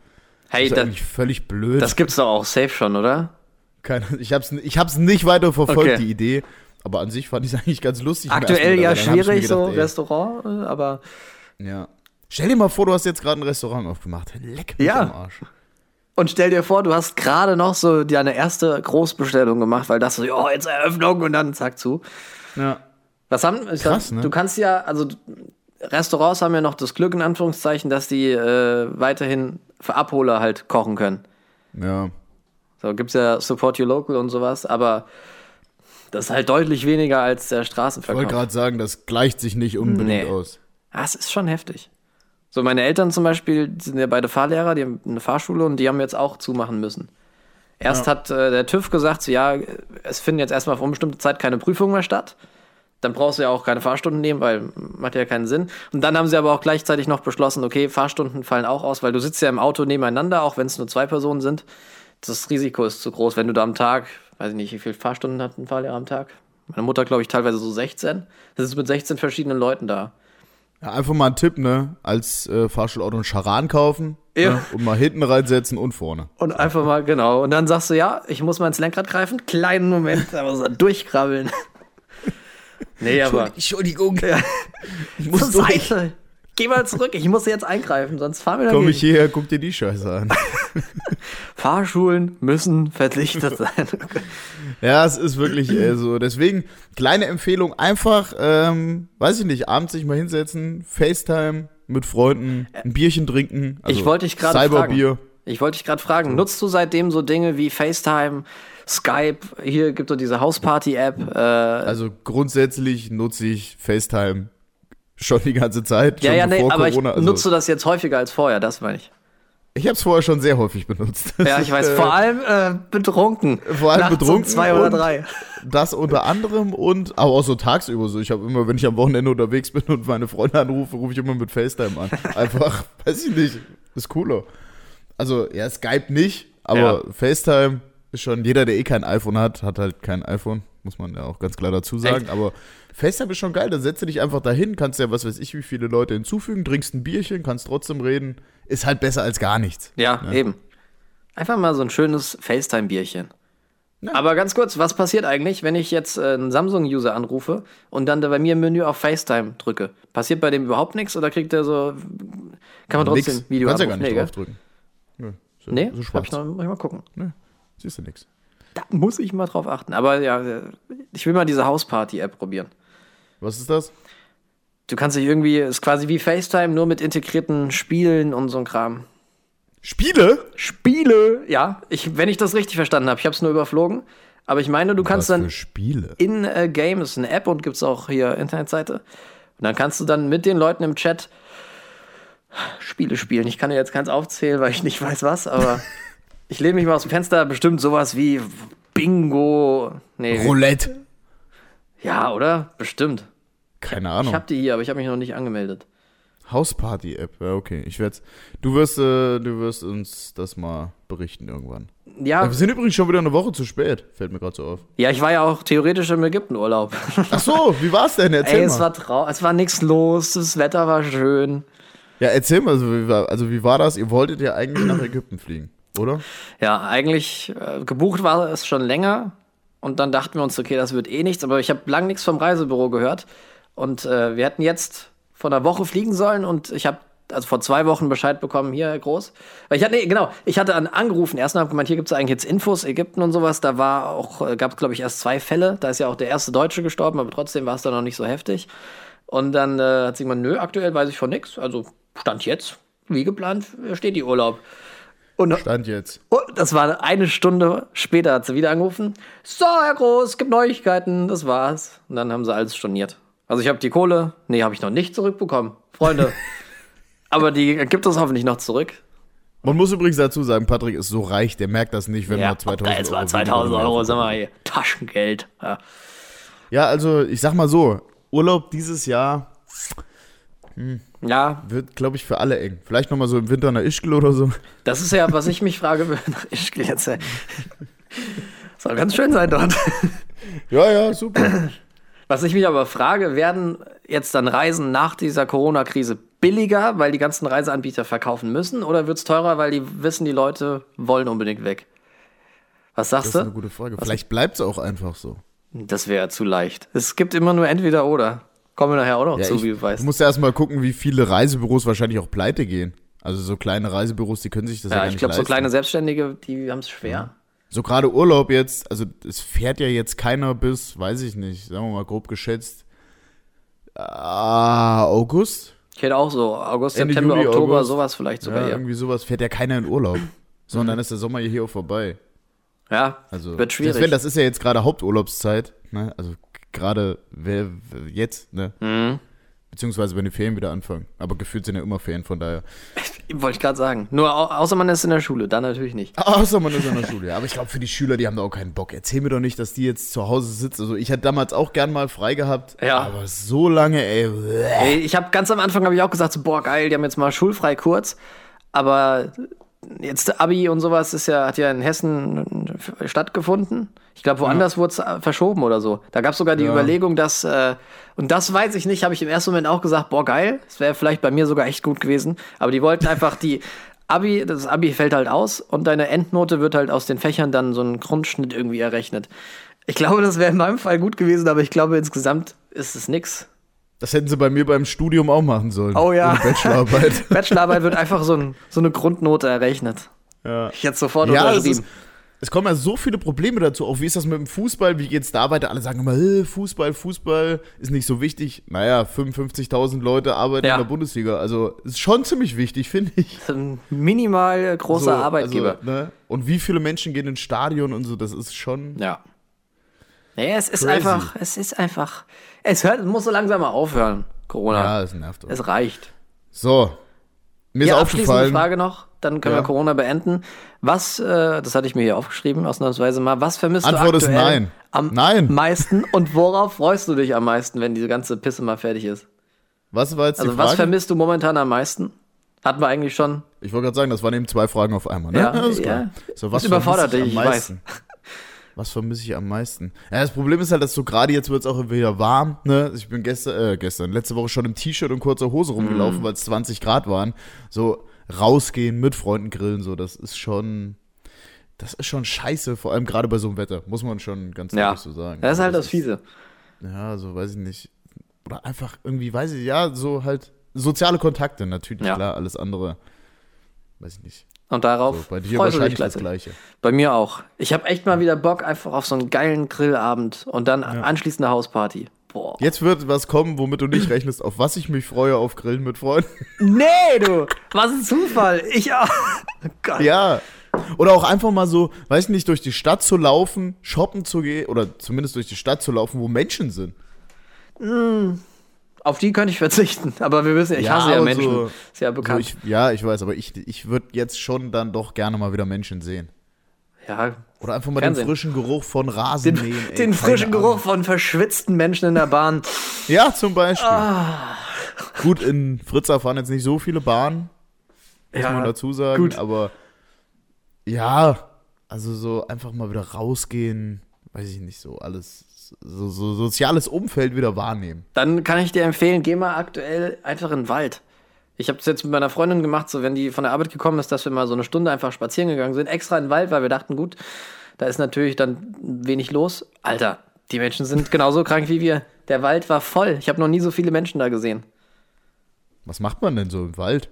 [SPEAKER 3] Hey,
[SPEAKER 2] ist
[SPEAKER 3] das,
[SPEAKER 2] eigentlich völlig blöd.
[SPEAKER 3] das gibt's doch auch safe schon, oder?
[SPEAKER 2] Keine, ich habe es ich hab's nicht weiter verfolgt,
[SPEAKER 3] Okay.
[SPEAKER 2] die Idee. Aber an sich fand ich es eigentlich ganz lustig. Beim
[SPEAKER 3] Aktuell
[SPEAKER 2] ersten Mal
[SPEAKER 3] ja
[SPEAKER 2] dabei. Dann hab ich mir
[SPEAKER 3] schwierig, so
[SPEAKER 2] gedacht, ey,
[SPEAKER 3] Restaurant, äh, aber
[SPEAKER 2] Ja. Stell dir mal vor, du hast jetzt gerade ein Restaurant aufgemacht. Leck mich
[SPEAKER 3] Ja.
[SPEAKER 2] am Arsch.
[SPEAKER 3] Und stell dir vor, du hast gerade noch so deine erste Großbestellung gemacht, weil das so, oh, jetzt Eröffnung und dann zack zu.
[SPEAKER 2] Ja.
[SPEAKER 3] Was haben, ich
[SPEAKER 2] Krass,
[SPEAKER 3] sag,
[SPEAKER 2] ne?
[SPEAKER 3] du kannst ja, also Restaurants haben ja noch das Glück, in Anführungszeichen, dass die äh, weiterhin für Abholer halt kochen können.
[SPEAKER 2] Ja.
[SPEAKER 3] So gibt's ja Support Your Local und sowas, aber Das ist halt deutlich weniger als der
[SPEAKER 2] Ich wollte
[SPEAKER 3] Straßenverkauf.
[SPEAKER 2] gerade sagen, das gleicht sich nicht unbedingt
[SPEAKER 3] Nee.
[SPEAKER 2] aus.
[SPEAKER 3] Ah, es ist schon heftig. So, meine Eltern zum Beispiel die sind ja beide Fahrlehrer, die haben eine Fahrschule und die haben jetzt auch zumachen müssen. Erst hat äh, der TÜV gesagt, so, ja, es finden jetzt erstmal auf unbestimmte Zeit keine Prüfungen mehr statt. Dann brauchst du ja auch keine Fahrstunden nehmen, weil macht ja keinen Sinn. Und dann haben sie aber auch gleichzeitig noch beschlossen, okay, Fahrstunden fallen auch aus, weil du sitzt ja im Auto nebeneinander, auch wenn es nur zwei Personen sind. Das Risiko ist zu groß, wenn du da am Tag, weiß ich nicht, wie viele Fahrstunden hat ein Fahrlehrer am Tag? Meine Mutter, glaube ich, teilweise so 16. Das ist mit 16 verschiedenen Leuten da.
[SPEAKER 2] Ja, einfach mal ein Tipp, ne? Als äh, Fahrschulauto einen Charan kaufen
[SPEAKER 3] Ja.
[SPEAKER 2] ne? und mal hinten reinsetzen und vorne.
[SPEAKER 3] Und einfach mal, genau. Und dann sagst du, ja, ich muss mal ins Lenkrad greifen. Kleinen Moment, aber so durchkrabbeln. Nee, aber.
[SPEAKER 1] Entschuldigung.
[SPEAKER 3] Ja.
[SPEAKER 1] Ich
[SPEAKER 3] Zur Seite. Geh mal zurück, ich muss jetzt eingreifen, sonst fahren wir
[SPEAKER 2] Komm
[SPEAKER 3] dagegen.
[SPEAKER 2] ich hierher, guck dir die Scheiße an.
[SPEAKER 3] Fahrschulen müssen verpflichtet sein.
[SPEAKER 2] Ja, es ist wirklich äh, so. Deswegen, kleine Empfehlung, einfach, ähm, weiß ich nicht, abends sich mal hinsetzen, FaceTime mit Freunden, ein Bierchen trinken. also
[SPEAKER 3] ich wollte dich gerade
[SPEAKER 2] Cyberbier.
[SPEAKER 3] fragen. Ich wollte dich gerade fragen, nutzt du seitdem so Dinge wie FaceTime, Skype? Hier gibt es diese Hausparty-App. Äh,
[SPEAKER 2] Also grundsätzlich nutze ich FaceTime schon die ganze Zeit.
[SPEAKER 3] ja,
[SPEAKER 2] schon
[SPEAKER 3] ja, nee,
[SPEAKER 2] bevor
[SPEAKER 3] aber
[SPEAKER 2] Corona.
[SPEAKER 3] ich
[SPEAKER 2] also,
[SPEAKER 3] nutze das jetzt häufiger als vorher, das meine ich.
[SPEAKER 2] ich habe es vorher schon sehr häufig benutzt.
[SPEAKER 3] Ja, ich weiß. Vor allem äh, betrunken.
[SPEAKER 2] Vor allem
[SPEAKER 3] Nachts Um
[SPEAKER 2] betrunken
[SPEAKER 3] zwei oder
[SPEAKER 2] und-
[SPEAKER 3] drei.
[SPEAKER 2] Das unter anderem und aber auch so tagsüber so. Ich habe immer, wenn ich am Wochenende unterwegs bin und meine Freunde anrufe, rufe ich immer mit FaceTime an. Einfach, weiß ich nicht, ist cooler. Also, ja, Skype nicht, aber FaceTime ist schon, jeder, der eh kein iPhone hat, hat halt kein iPhone, muss man ja auch ganz klar dazu sagen.
[SPEAKER 3] Echt?
[SPEAKER 2] Aber FaceTime ist schon geil, da setzt du dich einfach dahin, kannst ja, was weiß ich, wie viele Leute hinzufügen, trinkst ein Bierchen, kannst trotzdem reden. Ist halt besser als gar nichts.
[SPEAKER 3] Ja, eben. Einfach mal so ein schönes FaceTime-Bierchen. Aber ganz kurz, was passiert eigentlich, wenn ich jetzt äh, einen Samsung-User anrufe und dann da bei mir im Menü auf FaceTime drücke? Passiert bei dem überhaupt nichts oder kriegt er so. Kann man trotzdem
[SPEAKER 2] Nix.
[SPEAKER 3] Video
[SPEAKER 2] kannst ja gar
[SPEAKER 3] anrufen?
[SPEAKER 2] nicht
[SPEAKER 3] Nee, gell?
[SPEAKER 2] draufdrücken. Nö, ist ja-
[SPEAKER 3] Nee,
[SPEAKER 2] ist ja
[SPEAKER 3] hab ich
[SPEAKER 2] schwarz.
[SPEAKER 3] noch, muss ich mal gucken.
[SPEAKER 2] Nö, Ne? siehst du nichts.
[SPEAKER 3] Da muss ich mal drauf achten. Aber ja, äh, ich will mal diese Hausparty-App probieren.
[SPEAKER 2] Was ist das?
[SPEAKER 3] Du kannst dich irgendwie, ist quasi wie FaceTime, nur mit integrierten Spielen und so ein Kram.
[SPEAKER 2] Spiele?
[SPEAKER 3] Spiele, ja. Ich, wenn ich das richtig verstanden habe, ich habe es nur überflogen. Aber ich meine, du kannst
[SPEAKER 2] Was
[SPEAKER 3] dann
[SPEAKER 2] für Spiele?
[SPEAKER 3] In-Game äh, ist eine App und gibt es auch hier Internetseite. Und dann kannst du dann mit den Leuten im Chat Spiele spielen. Ich kann dir jetzt keins aufzählen, weil ich nicht weiß was, aber ich lehne mich mal aus dem Fenster. Bestimmt sowas wie Bingo. Nee,
[SPEAKER 2] Roulette.
[SPEAKER 3] ja, oder? Bestimmt.
[SPEAKER 2] Keine
[SPEAKER 3] Ich
[SPEAKER 2] Ahnung.
[SPEAKER 3] habe die hier, aber ich habe mich noch nicht angemeldet.
[SPEAKER 2] Hausparty-App. Ja, okay. Ich werd's. Du wirst, äh, du wirst uns das mal berichten irgendwann.
[SPEAKER 3] Ja,
[SPEAKER 2] Wir sind übrigens schon wieder eine Woche zu spät. Fällt mir gerade so auf.
[SPEAKER 3] ja, ich war ja auch theoretisch im Ägyptenurlaub.
[SPEAKER 2] Ach so, wie war's denn? Erzähl
[SPEAKER 3] Ey,
[SPEAKER 2] mal.
[SPEAKER 3] es war trau es war nichts los, das Wetter war schön.
[SPEAKER 2] ja, erzähl mal. Also wie, war, also wie war das? Ihr wolltet ja eigentlich nach Ägypten fliegen, oder?
[SPEAKER 3] Ja, eigentlich äh, gebucht war es schon länger und dann dachten wir uns, okay, das wird eh nichts, aber ich habe lang nichts vom Reisebüro gehört und äh, wir hätten jetzt vor einer Woche fliegen sollen und ich habe also vor zwei Wochen Bescheid bekommen, hier Herr groß. Weil ich hatte, nee, genau, ich hatte an, angerufen erst und habe gemeint, hier gibt es eigentlich jetzt Infos, Ägypten und sowas. Da war auch, äh, gab es glaube ich erst zwei Fälle. Da ist ja auch der erste Deutsche gestorben, aber trotzdem war es da noch nicht so heftig. Und dann äh, hat sie gemeint, nö, aktuell weiß ich von nichts. Also Stand jetzt, wie geplant, steht die Urlaub. Und,
[SPEAKER 2] Stand jetzt.
[SPEAKER 3] Oh, das war eine Stunde später, hat sie wieder angerufen. So, Herr Groß, gibt Neuigkeiten, das war's. Und dann haben sie alles storniert. Also ich habe die Kohle, nee, habe ich noch nicht zurückbekommen, Freunde. Aber die gibt es hoffentlich noch zurück.
[SPEAKER 2] Man muss übrigens dazu sagen, Patrick ist so reich, der merkt das nicht, wenn
[SPEAKER 3] ja,
[SPEAKER 2] man 2000
[SPEAKER 3] jetzt
[SPEAKER 2] Euro
[SPEAKER 3] mal 2000
[SPEAKER 2] weniger
[SPEAKER 3] Euro,
[SPEAKER 2] hat.
[SPEAKER 3] sag mal hier, Taschengeld. Ja.
[SPEAKER 2] Ja, also ich sag mal so, Urlaub dieses Jahr
[SPEAKER 3] ja,
[SPEAKER 2] wird, glaube ich, für alle eng. Vielleicht nochmal so im Winter nach Ischgl oder so.
[SPEAKER 3] das ist ja, was ich mich frage, wenn nach Ischgl jetzt. ey. Soll ganz schön sein dort.
[SPEAKER 2] Ja, ja, super.
[SPEAKER 3] Was ich mich aber frage, werden jetzt dann Reisen nach dieser Corona-Krise billiger, weil die ganzen Reiseanbieter verkaufen müssen, oder wird es teurer, weil die wissen, die Leute wollen unbedingt weg? Was sagst
[SPEAKER 2] Das ist eine
[SPEAKER 3] du?
[SPEAKER 2] gute Frage. Vielleicht bleibt es auch einfach so.
[SPEAKER 3] Das wäre zu leicht. Es gibt immer nur entweder oder. Kommen wir nachher auch noch
[SPEAKER 2] Ja,
[SPEAKER 3] zu,
[SPEAKER 2] ich
[SPEAKER 3] wie du weißt.
[SPEAKER 2] musst ja erstmal gucken, wie viele Reisebüros wahrscheinlich auch pleite gehen. Also so kleine Reisebüros, die können sich das ja,
[SPEAKER 3] Ja,
[SPEAKER 2] gar
[SPEAKER 3] ich
[SPEAKER 2] nicht
[SPEAKER 3] glaube, so
[SPEAKER 2] leisten.
[SPEAKER 3] kleine Selbstständige, die haben es schwer.
[SPEAKER 2] So gerade Urlaub jetzt, also es fährt ja jetzt keiner bis, weiß ich nicht, sagen wir mal grob geschätzt, ah, August?
[SPEAKER 3] Ich hätte auch so August,
[SPEAKER 2] Ende
[SPEAKER 3] September,
[SPEAKER 2] Juli,
[SPEAKER 3] Oktober,
[SPEAKER 2] August.
[SPEAKER 3] sowas vielleicht sogar.
[SPEAKER 2] Ja,
[SPEAKER 3] Ja,
[SPEAKER 2] irgendwie sowas fährt ja keiner in Urlaub. Sondern ist der Sommer hier auch vorbei.
[SPEAKER 3] Ja,
[SPEAKER 2] Also,
[SPEAKER 3] wird schwierig.
[SPEAKER 2] Sven, das ist ja jetzt gerade Haupturlaubszeit. Ne? Also gerade wer- wer- jetzt, ne?
[SPEAKER 3] Mhm.
[SPEAKER 2] Beziehungsweise wenn die Ferien wieder anfangen. Aber gefühlt sind ja immer Ferien, von daher.
[SPEAKER 3] Wollte ich gerade sagen. Nur au außer man ist in der Schule, dann natürlich nicht.
[SPEAKER 2] Außer man ist an der Schule. ja. Aber ich glaube, für die Schüler, die haben da auch keinen Bock. Erzähl mir doch nicht, dass die jetzt zu Hause sitzen. Also ich hätte damals auch gern mal frei gehabt.
[SPEAKER 3] Ja.
[SPEAKER 2] Aber so lange, ey. bleh.
[SPEAKER 3] Ey, Ich habe ganz am Anfang habe ich auch gesagt, so, boah geil, die haben jetzt mal schulfrei kurz, aber jetzt Abi und sowas ist ja hat ja in Hessen stattgefunden. Ich glaube, woanders wurde es verschoben oder so. Da gab es sogar die Überlegung, dass äh, und das weiß ich nicht, habe ich im ersten Moment auch gesagt, boah geil, es wäre vielleicht bei mir sogar echt gut gewesen, aber die wollten einfach die Abi, das Abi fällt halt aus und deine Endnote wird halt aus den Fächern dann so ein Grundschnitt irgendwie errechnet. Ich glaube, das wäre in meinem Fall gut gewesen, aber ich glaube insgesamt ist es nix.
[SPEAKER 2] Das hätten sie bei mir beim Studium auch machen sollen.
[SPEAKER 3] Oh ja.
[SPEAKER 2] Ohne Bachelorarbeit.
[SPEAKER 3] Bachelorarbeit wird einfach so, ein, so eine Grundnote errechnet. Ja. Ich hätte sofort
[SPEAKER 2] Ja, es, ist,
[SPEAKER 3] unterschrieben.
[SPEAKER 2] es kommen ja so viele Probleme dazu. Auch wie ist das mit dem Fußball? Wie geht's da weiter? Alle sagen immer, äh, Fußball, Fußball ist nicht so wichtig. Naja, 55.000 Leute arbeiten
[SPEAKER 3] Ja.
[SPEAKER 2] in der Bundesliga. Also ist schon ziemlich wichtig, finde ich.
[SPEAKER 3] Das ist ein minimal äh, großer
[SPEAKER 2] So,
[SPEAKER 3] Arbeitgeber.
[SPEAKER 2] Also, ne? Und wie viele Menschen gehen ins Stadion und so, das ist schon.
[SPEAKER 3] ja. Naja, es ist
[SPEAKER 2] Crazy.
[SPEAKER 3] einfach, es ist einfach, es hört, muss so langsam mal aufhören, Corona.
[SPEAKER 2] Ja, das nervt uns.
[SPEAKER 3] Es reicht.
[SPEAKER 2] So. Mir ist
[SPEAKER 3] ja, abschließende
[SPEAKER 2] aufgefallen.
[SPEAKER 3] Frage noch, dann können
[SPEAKER 2] Ja.
[SPEAKER 3] wir Corona beenden. Was, äh, das hatte ich mir hier aufgeschrieben, ausnahmsweise mal, was vermisst
[SPEAKER 2] Antwort
[SPEAKER 3] du
[SPEAKER 2] ist
[SPEAKER 3] aktuell
[SPEAKER 2] nein.
[SPEAKER 3] am
[SPEAKER 2] Nein.
[SPEAKER 3] meisten und worauf freust du dich am meisten, wenn diese ganze Pisse mal fertig ist?
[SPEAKER 2] Was war jetzt
[SPEAKER 3] Also
[SPEAKER 2] die
[SPEAKER 3] was
[SPEAKER 2] Frage?
[SPEAKER 3] vermisst du momentan am meisten? Hatten wir eigentlich schon.
[SPEAKER 2] ich wollte gerade sagen, das waren eben zwei Fragen auf einmal. Ne?
[SPEAKER 3] Ja,
[SPEAKER 2] Alles
[SPEAKER 3] ja.
[SPEAKER 2] So,
[SPEAKER 3] Das
[SPEAKER 2] was
[SPEAKER 3] überfordert
[SPEAKER 2] vermisse
[SPEAKER 3] dich,
[SPEAKER 2] am
[SPEAKER 3] ich weiß.
[SPEAKER 2] meisten? Was vermisse ich am meisten? Ja, das Problem ist halt, dass so gerade jetzt wird es auch wieder warm. Ne? Ich bin gestern, äh, gestern, letzte Woche schon im T-Shirt und kurzer Hose
[SPEAKER 3] Mm.
[SPEAKER 2] rumgelaufen, weil es 20 Grad waren. So rausgehen, mit Freunden grillen, so, das ist schon, das ist schon scheiße, vor allem gerade bei so einem Wetter, muss man schon ganz
[SPEAKER 3] Ja.
[SPEAKER 2] ehrlich so sagen. Also
[SPEAKER 3] Das ist halt das
[SPEAKER 2] ist-
[SPEAKER 3] Fiese.
[SPEAKER 2] Ja, so weiß ich nicht. Oder einfach irgendwie, weiß ich, ja, so halt soziale Kontakte natürlich,
[SPEAKER 3] Ja.
[SPEAKER 2] klar, alles andere. Weiß ich nicht.
[SPEAKER 3] Und darauf
[SPEAKER 2] So, bei dir
[SPEAKER 3] freust du
[SPEAKER 2] wahrscheinlich
[SPEAKER 3] dich
[SPEAKER 2] das
[SPEAKER 3] gleichzeitig.
[SPEAKER 2] Gleiche.
[SPEAKER 3] Bei mir auch. Ich habe echt mal wieder Bock einfach auf so einen geilen Grillabend und dann anschließend eine Hausparty. Boah.
[SPEAKER 2] Jetzt wird was kommen, womit du nicht rechnest, auf was ich mich freue, auf Grillen mit Freunden.
[SPEAKER 3] Nee, du! Was ein Zufall! Ich auch. Oh Gott.
[SPEAKER 2] Ja. Oder auch einfach mal so, weiß ich nicht, durch die Stadt zu laufen, shoppen zu gehen oder zumindest durch die Stadt zu laufen, wo Menschen sind.
[SPEAKER 3] Auf die könnte ich verzichten, aber wir wissen ja, ich
[SPEAKER 2] Ja,
[SPEAKER 3] hasse ja
[SPEAKER 2] aber
[SPEAKER 3] Menschen.
[SPEAKER 2] so-
[SPEAKER 3] Ist ja
[SPEAKER 2] So,
[SPEAKER 3] bekannt.
[SPEAKER 2] ich, ja, ich weiß, aber ich, ich würde jetzt schon dann doch gerne mal wieder Menschen sehen.
[SPEAKER 3] ja.
[SPEAKER 2] Oder einfach mal
[SPEAKER 3] Fernsehen.
[SPEAKER 2] den frischen Geruch von Rasen mähen. ey,
[SPEAKER 3] Den
[SPEAKER 2] keine
[SPEAKER 3] frischen
[SPEAKER 2] Ahnung.
[SPEAKER 3] Geruch von verschwitzten Menschen in der Bahn.
[SPEAKER 2] Ja, zum Beispiel.
[SPEAKER 3] Ah.
[SPEAKER 2] Gut, in Fritzlar fahren jetzt nicht so viele Bahnen, muss man
[SPEAKER 3] Ja.
[SPEAKER 2] dazu sagen,
[SPEAKER 3] gut.
[SPEAKER 2] aber ja, also so einfach mal wieder rausgehen, weiß ich nicht, so alles, so, so soziales Umfeld wieder wahrnehmen.
[SPEAKER 3] Dann kann ich dir empfehlen, geh mal aktuell einfach in den Wald. Ich habe das jetzt mit meiner Freundin gemacht, so wenn die von der Arbeit gekommen ist, dass wir mal so eine Stunde einfach spazieren gegangen sind, extra in den Wald, weil wir dachten, gut, da ist natürlich dann wenig los. Alter, die Menschen sind genauso krank wie wir. Der Wald war voll. Ich habe noch nie so viele Menschen da gesehen.
[SPEAKER 2] Was macht man denn so im Wald?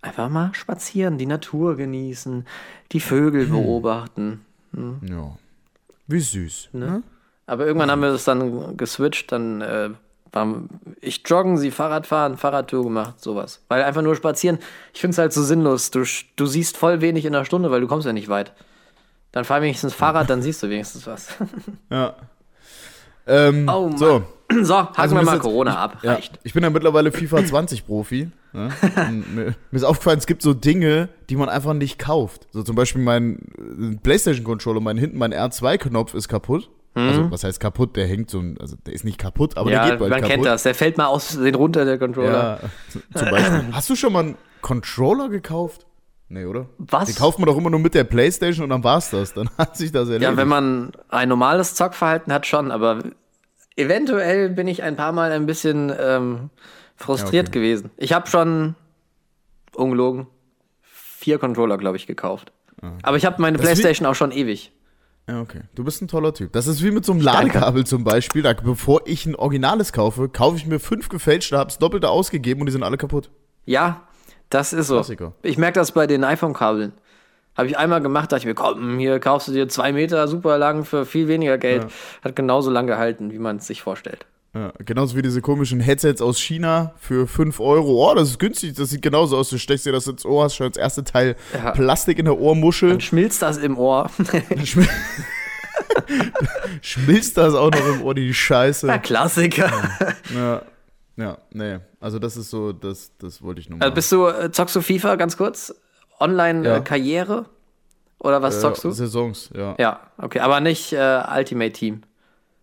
[SPEAKER 3] Einfach mal spazieren, die Natur genießen, die Vögel beobachten.
[SPEAKER 2] Ja. Wie süß. Ne?
[SPEAKER 3] Aber irgendwann haben wir das dann geswitcht, dann äh, waren ich joggen, sie Fahrrad fahren, Fahrradtour gemacht, sowas. Weil einfach nur spazieren, ich finde es halt so sinnlos. Du, sch- du siehst voll wenig in der Stunde, weil du kommst ja nicht weit. Dann fahr wenigstens Fahrrad, dann siehst du wenigstens was.
[SPEAKER 2] Ja. Ähm,
[SPEAKER 3] Oh Mann.
[SPEAKER 2] so.
[SPEAKER 3] so, haken wir
[SPEAKER 2] Also mir ist
[SPEAKER 3] mal
[SPEAKER 2] jetzt-
[SPEAKER 3] Corona
[SPEAKER 2] ich,
[SPEAKER 3] ab.
[SPEAKER 2] Ja,
[SPEAKER 3] Reicht.
[SPEAKER 2] Ich bin ja mittlerweile FIFA 20 Profi. Ne? Und mir, mir ist aufgefallen, es gibt so Dinge, die man einfach nicht kauft. So zum Beispiel mein äh, PlayStation Controller, mein hinten mein R2-Knopf ist kaputt. Also was heißt kaputt? Der hängt so, ein, also der ist nicht kaputt, aber der
[SPEAKER 3] Mhm. Ja,
[SPEAKER 2] geht bald
[SPEAKER 3] man
[SPEAKER 2] kaputt.
[SPEAKER 3] kennt das. Der fällt mal aus den runter, der Controller.
[SPEAKER 2] Ja, z- zum Beispiel. Hast du schon mal einen Controller gekauft? Nee, oder?
[SPEAKER 3] Was?
[SPEAKER 2] Den kauft man doch immer nur mit der PlayStation und dann war's das. Dann hat sich das erledigt.
[SPEAKER 3] Ja, wenn man ein normales Zockverhalten hat, schon, aber eventuell bin ich ein paar Mal ein bisschen ähm, frustriert
[SPEAKER 2] Ja, okay.
[SPEAKER 3] gewesen. Ich habe schon, ungelogen, vier Controller, glaube ich, gekauft. Aber ich habe meine
[SPEAKER 2] Ah, ist wie-
[SPEAKER 3] Playstation auch schon ewig.
[SPEAKER 2] Ja, Ah, okay. Du bist ein toller Typ. Das ist wie mit so einem Ladekabel zum Beispiel. Da, bevor ich ein Originales kaufe, kaufe ich mir fünf gefälschte, hab's doppelte ausgegeben und die sind alle kaputt.
[SPEAKER 3] Ja, das ist so.
[SPEAKER 2] Klassiker.
[SPEAKER 3] Ich merke das bei den iPhone-Kabeln. Habe ich einmal gemacht, dachte ich mir, komm, hier kaufst du dir zwei Meter super lang für viel weniger Geld. Hat genauso lang gehalten, wie man es sich vorstellt.
[SPEAKER 2] Ja, genauso wie diese komischen Headsets aus China für 5 Euro. Oh, das ist günstig, das sieht genauso aus. Du steckst dir das ins Ohr, hast schon das erste Teil
[SPEAKER 3] Ja.
[SPEAKER 2] Plastik in der Ohrmuschel.
[SPEAKER 3] Dann schmilzt das im Ohr.
[SPEAKER 2] Schm Schmilzt das auch noch im Ohr, die Scheiße.
[SPEAKER 3] Klassiker.
[SPEAKER 2] Ja, ja nee. Also, das ist so, das, das wollte ich nur mal.
[SPEAKER 3] Äh, bist du, äh, zockst du FIFA ganz kurz?
[SPEAKER 2] Ja. Äh, also
[SPEAKER 3] Online-Karriere? Oder was zockst
[SPEAKER 2] ja,
[SPEAKER 3] du?
[SPEAKER 2] Saisons, ja.
[SPEAKER 3] Ja, okay, aber nicht äh, Ultimate Team.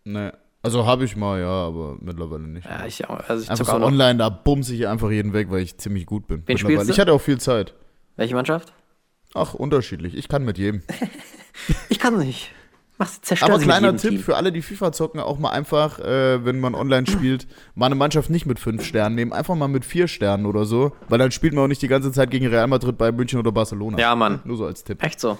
[SPEAKER 2] Nee. Also, habe ich mal, ja, aber mittlerweile nicht.
[SPEAKER 3] Ja, ich, auch. also ich
[SPEAKER 2] Einfach
[SPEAKER 3] zocke auch noch.
[SPEAKER 2] online, da bumse ich einfach jeden weg, weil ich ziemlich gut bin.
[SPEAKER 3] Wen
[SPEAKER 2] Mittlerweile.
[SPEAKER 3] spielst du?
[SPEAKER 2] Ich hatte auch viel Zeit.
[SPEAKER 3] Welche Mannschaft?
[SPEAKER 2] Ach, unterschiedlich. Ich kann mit jedem.
[SPEAKER 3] Ich kann nicht. Mach's zerstört
[SPEAKER 2] Aber
[SPEAKER 3] sie mit
[SPEAKER 2] kleiner
[SPEAKER 3] jedem
[SPEAKER 2] Tipp
[SPEAKER 3] Team.
[SPEAKER 2] für alle, die FIFA zocken, auch mal einfach, äh, wenn man online spielt, mal eine Mannschaft nicht mit fünf Sternen nehmen, einfach mal mit vier Sternen oder so, weil dann spielt man auch nicht die ganze Zeit gegen Real Madrid, Bayern München oder Barcelona.
[SPEAKER 3] Ja, Mann.
[SPEAKER 2] Nur so als Tipp.
[SPEAKER 3] Echt so.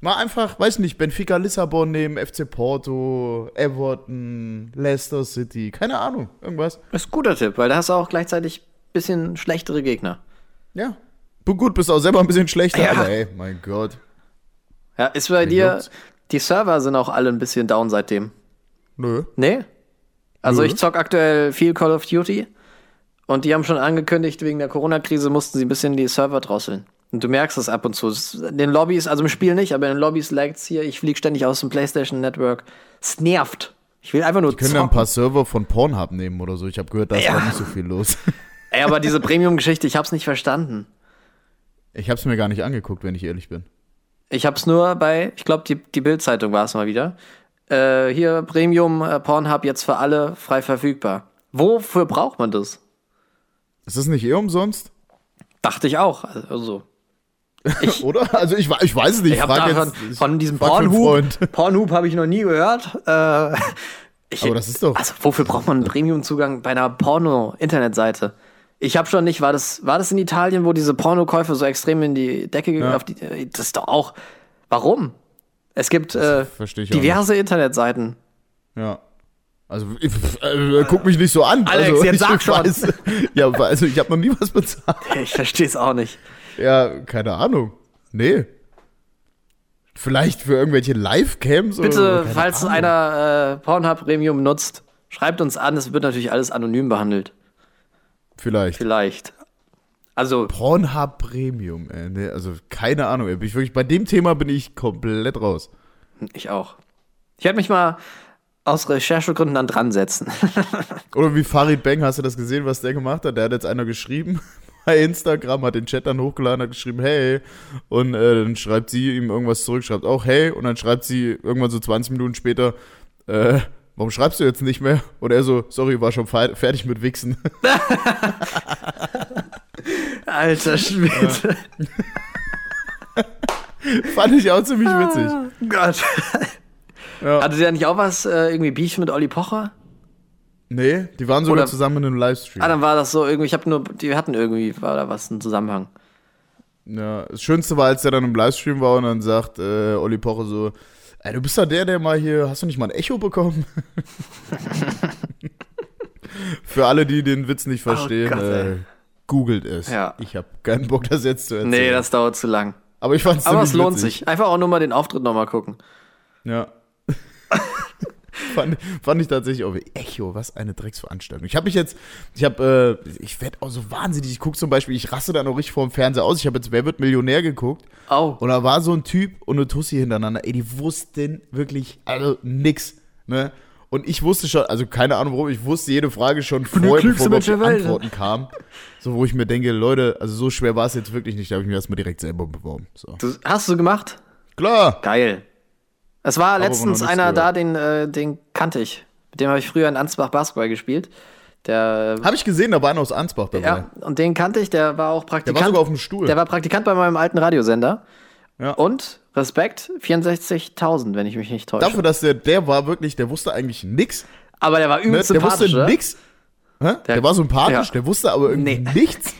[SPEAKER 2] Mal einfach, weiß nicht, Benfica Lissabon nehmen, FC Porto, Everton, Leicester City, keine Ahnung, irgendwas.
[SPEAKER 3] Ist ein guter Tipp, weil da hast du auch gleichzeitig ein bisschen schlechtere Gegner.
[SPEAKER 2] Ja. Bu- Gut, bist auch selber ein bisschen schlechter,
[SPEAKER 3] Ja.
[SPEAKER 2] aber ey, mein Gott.
[SPEAKER 3] Ja, ist bei dir,
[SPEAKER 2] juckt's.
[SPEAKER 3] die Server sind auch alle ein bisschen down seitdem.
[SPEAKER 2] Nö.
[SPEAKER 3] Nee? Also
[SPEAKER 2] Nö.
[SPEAKER 3] ich zock aktuell viel Call of Duty und die haben schon angekündigt, wegen der Corona-Krise mussten sie ein bisschen die Server drosseln. Und du merkst es ab und zu. Es- In den Lobbys, also im Spiel nicht, aber in den Lobbys lagt's hier. Ich fliege ständig aus dem PlayStation Network. Es nervt. Ich will einfach nur
[SPEAKER 2] Können wir ein
[SPEAKER 3] zocken.
[SPEAKER 2] paar Server von Pornhub nehmen oder so? Ich habe gehört, da ist
[SPEAKER 3] Ja.
[SPEAKER 2] war nicht so viel los.
[SPEAKER 3] Ey, aber diese Premium-Geschichte, ich hab's nicht verstanden.
[SPEAKER 2] Ich habe es mir gar nicht angeguckt, wenn ich ehrlich bin.
[SPEAKER 3] Ich hab's nur bei, ich glaube, die, die Bild-Zeitung war es mal wieder. Äh, hier Premium äh, Pornhub jetzt für alle frei verfügbar. Wofür braucht man das?
[SPEAKER 2] Ist das nicht eh umsonst?
[SPEAKER 3] Dachte ich auch. Also,
[SPEAKER 2] Oder? Also ich, we- ich weiß es nicht.
[SPEAKER 3] ich habe
[SPEAKER 2] frag
[SPEAKER 3] davon
[SPEAKER 2] jetzt- ich
[SPEAKER 3] von diesem
[SPEAKER 2] frag für einen Freund.
[SPEAKER 3] Pornhub, Pornhub habe ich noch nie gehört. Äh, ich,
[SPEAKER 2] Aber das ist doch-
[SPEAKER 3] Also wofür braucht man einen Premium-Zugang bei einer Porno-Internetseite? Ich habe schon nicht, war das, war das in Italien, wo diese Pornokäufe so extrem in die Decke gegangen
[SPEAKER 2] Ja.
[SPEAKER 3] auf die, äh, Das ist doch auch. Warum? Es gibt äh,
[SPEAKER 2] versteh ich auch
[SPEAKER 3] diverse Internetseiten.
[SPEAKER 2] Ja. Also ich, äh, guck mich nicht so an.
[SPEAKER 3] Alex,
[SPEAKER 2] also,
[SPEAKER 3] jetzt
[SPEAKER 2] ich
[SPEAKER 3] sag schon.
[SPEAKER 2] weiß- Ja, also ich habe noch nie was bezahlt.
[SPEAKER 3] Ich verstehe es auch nicht.
[SPEAKER 2] Ja, keine Ahnung. Nee. Vielleicht für irgendwelche Live-Cams oder so,
[SPEAKER 3] Bitte,
[SPEAKER 2] keine
[SPEAKER 3] falls
[SPEAKER 2] Ahnung.
[SPEAKER 3] einer äh, Pornhub Premium nutzt, schreibt uns an. Es wird natürlich alles anonym behandelt.
[SPEAKER 2] Vielleicht.
[SPEAKER 3] Vielleicht. Also,
[SPEAKER 2] Pornhub Premium, ey. Nee, also keine Ahnung. Ey. Bin ich wirklich, bei dem Thema bin ich komplett raus.
[SPEAKER 3] ich auch. Ich werde mich mal aus Recherchegründen dann dran setzen.
[SPEAKER 2] Oder wie Farid Bang, hast du das gesehen, was der gemacht hat? Der hat jetzt einer geschrieben bei Instagram, hat den Chat dann hochgeladen, hat geschrieben, hey. Und äh, dann schreibt sie ihm irgendwas zurück, schreibt auch, hey. Und dann schreibt sie irgendwann so 20 Minuten später, äh, warum schreibst du jetzt nicht mehr? Und er so, sorry, war schon fe- fertig mit Wichsen.
[SPEAKER 3] Alter Schwede.
[SPEAKER 2] Fand ich auch ziemlich witzig.
[SPEAKER 3] Ah. Gott.
[SPEAKER 2] Ja.
[SPEAKER 3] Hatte der nicht auch was, äh, irgendwie Beef mit Olli Pocher?
[SPEAKER 2] Nee, die waren sogar
[SPEAKER 3] Oder-
[SPEAKER 2] zusammen in einem Livestream.
[SPEAKER 3] Ah, dann war das so irgendwie, ich habe nur, die hatten irgendwie, war da was, ein Zusammenhang.
[SPEAKER 2] Ja, das Schönste war, als der dann im Livestream war und dann sagt äh, Olli Poche so, ey, du bist ja der, der mal hier, hast du nicht mal ein Echo bekommen? Für alle, die den Witz nicht verstehen,
[SPEAKER 3] Oh Gott, ey.
[SPEAKER 2] äh, googelt es.
[SPEAKER 3] Ja.
[SPEAKER 2] Ich habe keinen Bock, das jetzt zu erzählen.
[SPEAKER 3] Nee, das dauert zu lang.
[SPEAKER 2] aber ich fand's
[SPEAKER 3] Aber
[SPEAKER 2] ziemlich
[SPEAKER 3] es lohnt
[SPEAKER 2] witzig.
[SPEAKER 3] sich. Einfach auch nur mal den Auftritt nochmal gucken.
[SPEAKER 2] Ja. fand, fand ich tatsächlich auch Echo, was eine Drecksveranstaltung. Ich habe mich jetzt, ich habe, äh, ich werd auch so wahnsinnig. Ich guck zum Beispiel, ich raste da noch richtig vorm Fernseher aus. Ich habe jetzt Wer wird Millionär geguckt.
[SPEAKER 3] Au.
[SPEAKER 2] Und da war so ein Typ und eine Tussi hintereinander. Ey, die wussten wirklich also nix. Ne? Und ich wusste schon, also keine Ahnung warum, ich wusste jede Frage schon vorher,
[SPEAKER 3] klügste
[SPEAKER 2] bevor überhaupt die
[SPEAKER 3] Mensch der Welt. ne?
[SPEAKER 2] Antworten kamen. So, wo ich mir denke, Leute, also so schwer war es jetzt wirklich nicht. Da habe ich mir erstmal direkt selber beworben. So.
[SPEAKER 3] Das hast du gemacht?
[SPEAKER 2] Klar.
[SPEAKER 3] Geil. Es war
[SPEAKER 2] noch
[SPEAKER 3] letztens
[SPEAKER 2] nichts
[SPEAKER 3] einer
[SPEAKER 2] gehört.
[SPEAKER 3] da, den, äh, den kannte ich. Mit dem habe ich früher in Ansbach Basketball gespielt. Der, äh,
[SPEAKER 2] Habe ich gesehen, da war einer aus Ansbach dabei.
[SPEAKER 3] ja, und den kannte ich, der war auch
[SPEAKER 2] Ne? Der
[SPEAKER 3] Praktikant.
[SPEAKER 2] war sogar auf dem Stuhl.
[SPEAKER 3] Der war Praktikant bei meinem alten Radiosender.
[SPEAKER 2] Ja.
[SPEAKER 3] Und Respekt, 64.000, wenn ich mich nicht täusche.
[SPEAKER 2] Dafür, dass der, der war wirklich, der wusste eigentlich nix.
[SPEAKER 3] Aber der war
[SPEAKER 2] Ne?
[SPEAKER 3] übelst
[SPEAKER 2] Der
[SPEAKER 3] sympathisch.
[SPEAKER 2] wusste
[SPEAKER 3] oder?
[SPEAKER 2] nix. Hä? Der,
[SPEAKER 3] Der-
[SPEAKER 2] war sympathisch,
[SPEAKER 3] ja.
[SPEAKER 2] der wusste aber irgendwie
[SPEAKER 3] Nee.
[SPEAKER 2] nichts.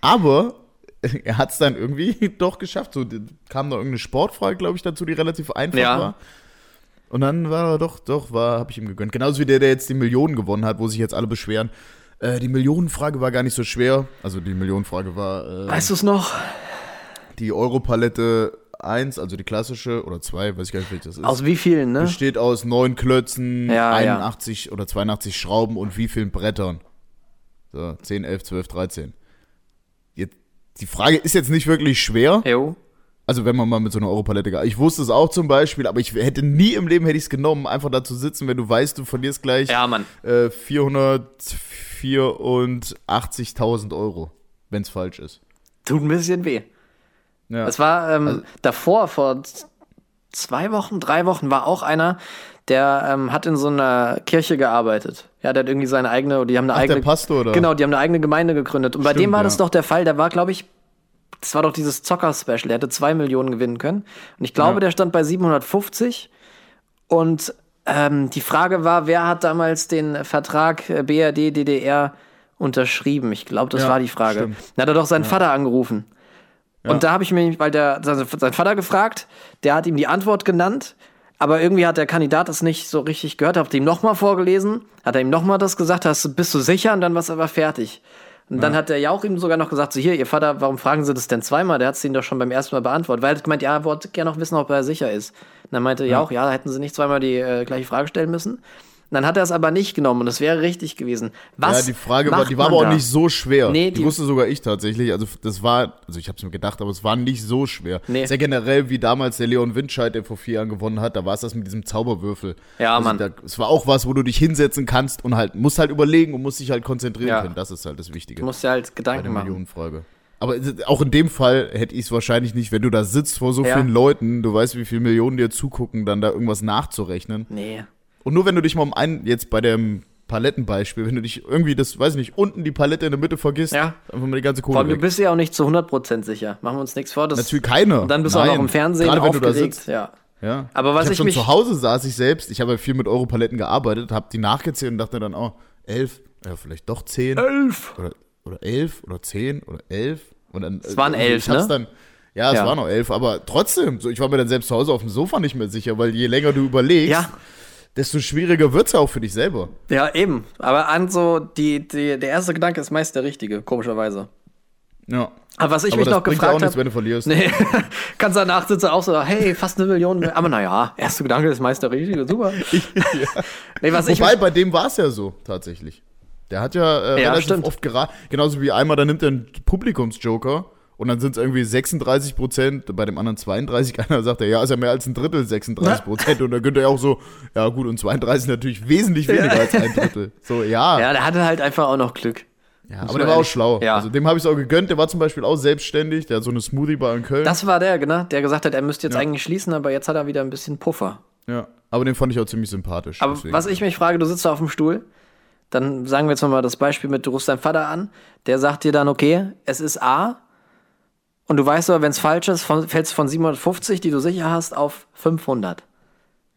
[SPEAKER 2] Aber er hat es dann irgendwie doch geschafft. So, die- kam da irgendeine Sportfrage, glaube ich, dazu, die relativ einfach
[SPEAKER 3] Ja.
[SPEAKER 2] war. Und dann war er doch, doch, war, habe ich ihm gegönnt. Genauso wie der, der jetzt die Millionen gewonnen hat, wo sich jetzt alle beschweren. Äh, die Millionenfrage war gar nicht so schwer. Also die Millionenfrage war äh,
[SPEAKER 3] Weißt du es noch?
[SPEAKER 2] die Europalette eins, also die klassische, oder zwei, weiß ich gar nicht, welches das ist.
[SPEAKER 3] Aus wie vielen, ne?
[SPEAKER 2] Besteht aus neun Klötzen,
[SPEAKER 3] Ja, ja.
[SPEAKER 2] 81 oder 82 Schrauben und wie vielen Brettern? So, 10, 11, 12, 13. Jetzt, die Frage ist jetzt nicht wirklich schwer.
[SPEAKER 3] Jo.
[SPEAKER 2] Also wenn man mal mit so einer Europalette geht. Ich wusste es auch zum Beispiel, aber ich hätte nie im Leben hätte ich es genommen, einfach da zu sitzen, wenn du weißt, du verlierst gleich
[SPEAKER 3] Ja, Mann.
[SPEAKER 2] äh, 484.000 Euro, wenn es falsch ist.
[SPEAKER 3] Tut ein bisschen weh.
[SPEAKER 2] Ja. Also
[SPEAKER 3] Es war ähm, davor, vor z- zwei Wochen, drei Wochen, war auch einer, der ähm, hat in so einer Kirche gearbeitet. Ja, der hat irgendwie seine eigene, die haben eine eigene.
[SPEAKER 2] der Pastor, oder?
[SPEAKER 3] Genau, die haben eine eigene Gemeinde gegründet. Und bei
[SPEAKER 2] Stimmt,
[SPEAKER 3] dem war
[SPEAKER 2] ja.
[SPEAKER 3] das doch der Fall, der war, glaube ich, das war doch dieses Zocker-Special, der hätte zwei Millionen gewinnen können. Und ich glaube,
[SPEAKER 2] Ja.
[SPEAKER 3] der stand bei 750. Und ähm, die Frage war, wer hat damals den Vertrag äh, BRD, DDR unterschrieben? Ich glaube, das
[SPEAKER 2] Ja,
[SPEAKER 3] war die Frage.
[SPEAKER 2] stimmt.
[SPEAKER 3] Dann hat er doch seinen Vater angerufen. Und da habe ich mich, weil der sein sein Vater gefragt, der hat ihm die Antwort genannt, aber irgendwie hat der Kandidat das nicht so richtig gehört, hat ihm nochmal vorgelesen, hat er ihm nochmal das gesagt, hast du, bist du sicher? Und dann war es aber fertig. Und dann hat der Jauch ihm sogar noch gesagt, so hier, ihr Vater, warum fragen Sie das denn zweimal? Der hat es ihnen doch schon beim ersten Mal beantwortet, weil er hat gemeint, ja, er wollte gerne noch wissen, ob er sicher ist. Und dann meinte Jauch, ja, da hätten Sie nicht zweimal die äh, gleiche Frage stellen müssen. Und dann hat er es aber nicht genommen und es wäre richtig gewesen. Was?
[SPEAKER 2] ja, die Frage war,
[SPEAKER 3] macht
[SPEAKER 2] die war
[SPEAKER 3] man
[SPEAKER 2] aber auch
[SPEAKER 3] da?
[SPEAKER 2] nicht so schwer.
[SPEAKER 3] Nee,
[SPEAKER 2] die,
[SPEAKER 3] die-
[SPEAKER 2] wusste sogar ich tatsächlich. Also das war, also ich habe es mir gedacht, aber es war nicht so schwer.
[SPEAKER 3] Nee.
[SPEAKER 2] Sehr generell wie damals der Leon Windscheid, der vor vier Jahren gewonnen hat, da war es das mit diesem Zauberwürfel.
[SPEAKER 3] Ja,
[SPEAKER 2] also
[SPEAKER 3] Mann.
[SPEAKER 2] Da, es war auch was, wo du dich hinsetzen kannst und halt musst halt überlegen und musst dich halt konzentrieren
[SPEAKER 3] Ja.
[SPEAKER 2] können. Das ist halt das Wichtige.
[SPEAKER 3] Du musst dir halt
[SPEAKER 2] Eine
[SPEAKER 3] Gedanken machen.
[SPEAKER 2] Millionenfrage. Aber es- auch in dem Fall hätte ich es wahrscheinlich nicht, wenn du da sitzt vor so
[SPEAKER 3] Ja.
[SPEAKER 2] vielen Leuten, du weißt, wie viele Millionen dir zugucken, dann da irgendwas nachzurechnen.
[SPEAKER 3] Nee.
[SPEAKER 2] Und nur wenn du dich mal um einen, jetzt bei dem Palettenbeispiel, wenn du dich irgendwie das, weiß ich nicht, unten die Palette in der Mitte vergisst,
[SPEAKER 3] Ja.
[SPEAKER 2] einfach mal die ganze
[SPEAKER 3] Vor
[SPEAKER 2] Kohle
[SPEAKER 3] allem, du
[SPEAKER 2] weg.
[SPEAKER 3] bist ja auch nicht zu 100% sicher. Machen wir uns nichts vor. Das
[SPEAKER 2] Natürlich keiner.
[SPEAKER 3] Und dann bist du auch
[SPEAKER 2] Nein.
[SPEAKER 3] noch im Fernsehen
[SPEAKER 2] Gerade wenn du
[SPEAKER 3] aufgeregt.
[SPEAKER 2] da sitzt.
[SPEAKER 3] Ja.
[SPEAKER 2] Ja.
[SPEAKER 3] Aber was
[SPEAKER 2] ich hab
[SPEAKER 3] ich
[SPEAKER 2] schon
[SPEAKER 3] mich-
[SPEAKER 2] zu Hause saß ich selbst, ich habe ja viel mit Europaletten gearbeitet, habe die nachgezählt und dachte dann, oh, elf, ja, vielleicht doch zehn.
[SPEAKER 3] Elf.
[SPEAKER 2] Oder, oder elf oder zehn oder elf. Und dann, es
[SPEAKER 3] waren elf,
[SPEAKER 2] ich hab's
[SPEAKER 3] ne?
[SPEAKER 2] Dann, ja, es
[SPEAKER 3] Ja.
[SPEAKER 2] waren noch elf, aber trotzdem, so, ich war mir dann selbst zu Hause auf dem Sofa nicht mehr sicher, weil je länger du überlegst,
[SPEAKER 3] Ja.
[SPEAKER 2] desto schwieriger wird's ja auch für dich selber.
[SPEAKER 3] ja, eben. Aber an so, die, die, der erste Gedanke ist meist der richtige, komischerweise.
[SPEAKER 2] Ja.
[SPEAKER 3] Aber was ich
[SPEAKER 2] Aber
[SPEAKER 3] mich
[SPEAKER 2] das
[SPEAKER 3] noch
[SPEAKER 2] bringt ja auch
[SPEAKER 3] gefragt
[SPEAKER 2] nichts, wenn
[SPEAKER 3] habe.
[SPEAKER 2] du verlierst.
[SPEAKER 3] Nee, kannst danach sitzen auch so, hey, fast eine Million. mehr. Aber naja, erster Gedanke ist meist der richtige, super. Nee, was ich
[SPEAKER 2] Wobei,
[SPEAKER 3] mich,
[SPEAKER 2] bei dem war es ja so, tatsächlich. Der hat ja, äh,
[SPEAKER 3] Ja,
[SPEAKER 2] relativ
[SPEAKER 3] stimmt.
[SPEAKER 2] oft geraten. Genauso wie einmal, da nimmt er einen Publikumsjoker und dann sind es irgendwie 36 Prozent, bei dem anderen 32. Einer sagt er, ja, ist ja mehr als ein Drittel 36 Prozent. Und dann könnte er auch so, ja gut, und 32 ist natürlich wesentlich weniger als ein Drittel. So, ja.
[SPEAKER 3] ja, der hatte halt einfach auch noch Glück.
[SPEAKER 2] ja aber der war auch schlau.
[SPEAKER 3] Ja.
[SPEAKER 2] Also dem habe ich es auch gegönnt. Der war zum Beispiel auch selbstständig. Der hat so eine Smoothie-Bar in Köln.
[SPEAKER 3] Das war der, genau, der gesagt hat, er müsste jetzt eigentlich schließen, aber jetzt hat er wieder ein bisschen Puffer.
[SPEAKER 2] ja. Aber den fand ich auch ziemlich sympathisch.
[SPEAKER 3] Aber
[SPEAKER 2] deswegen.
[SPEAKER 3] was ich mich frage, du sitzt da auf dem Stuhl, dann sagen wir jetzt mal das Beispiel mit, du rufst deinen Vater an, der sagt dir dann, okay, es ist A und du weißt aber, wenn es falsch ist, fällt es von 750, die du sicher hast, auf 500.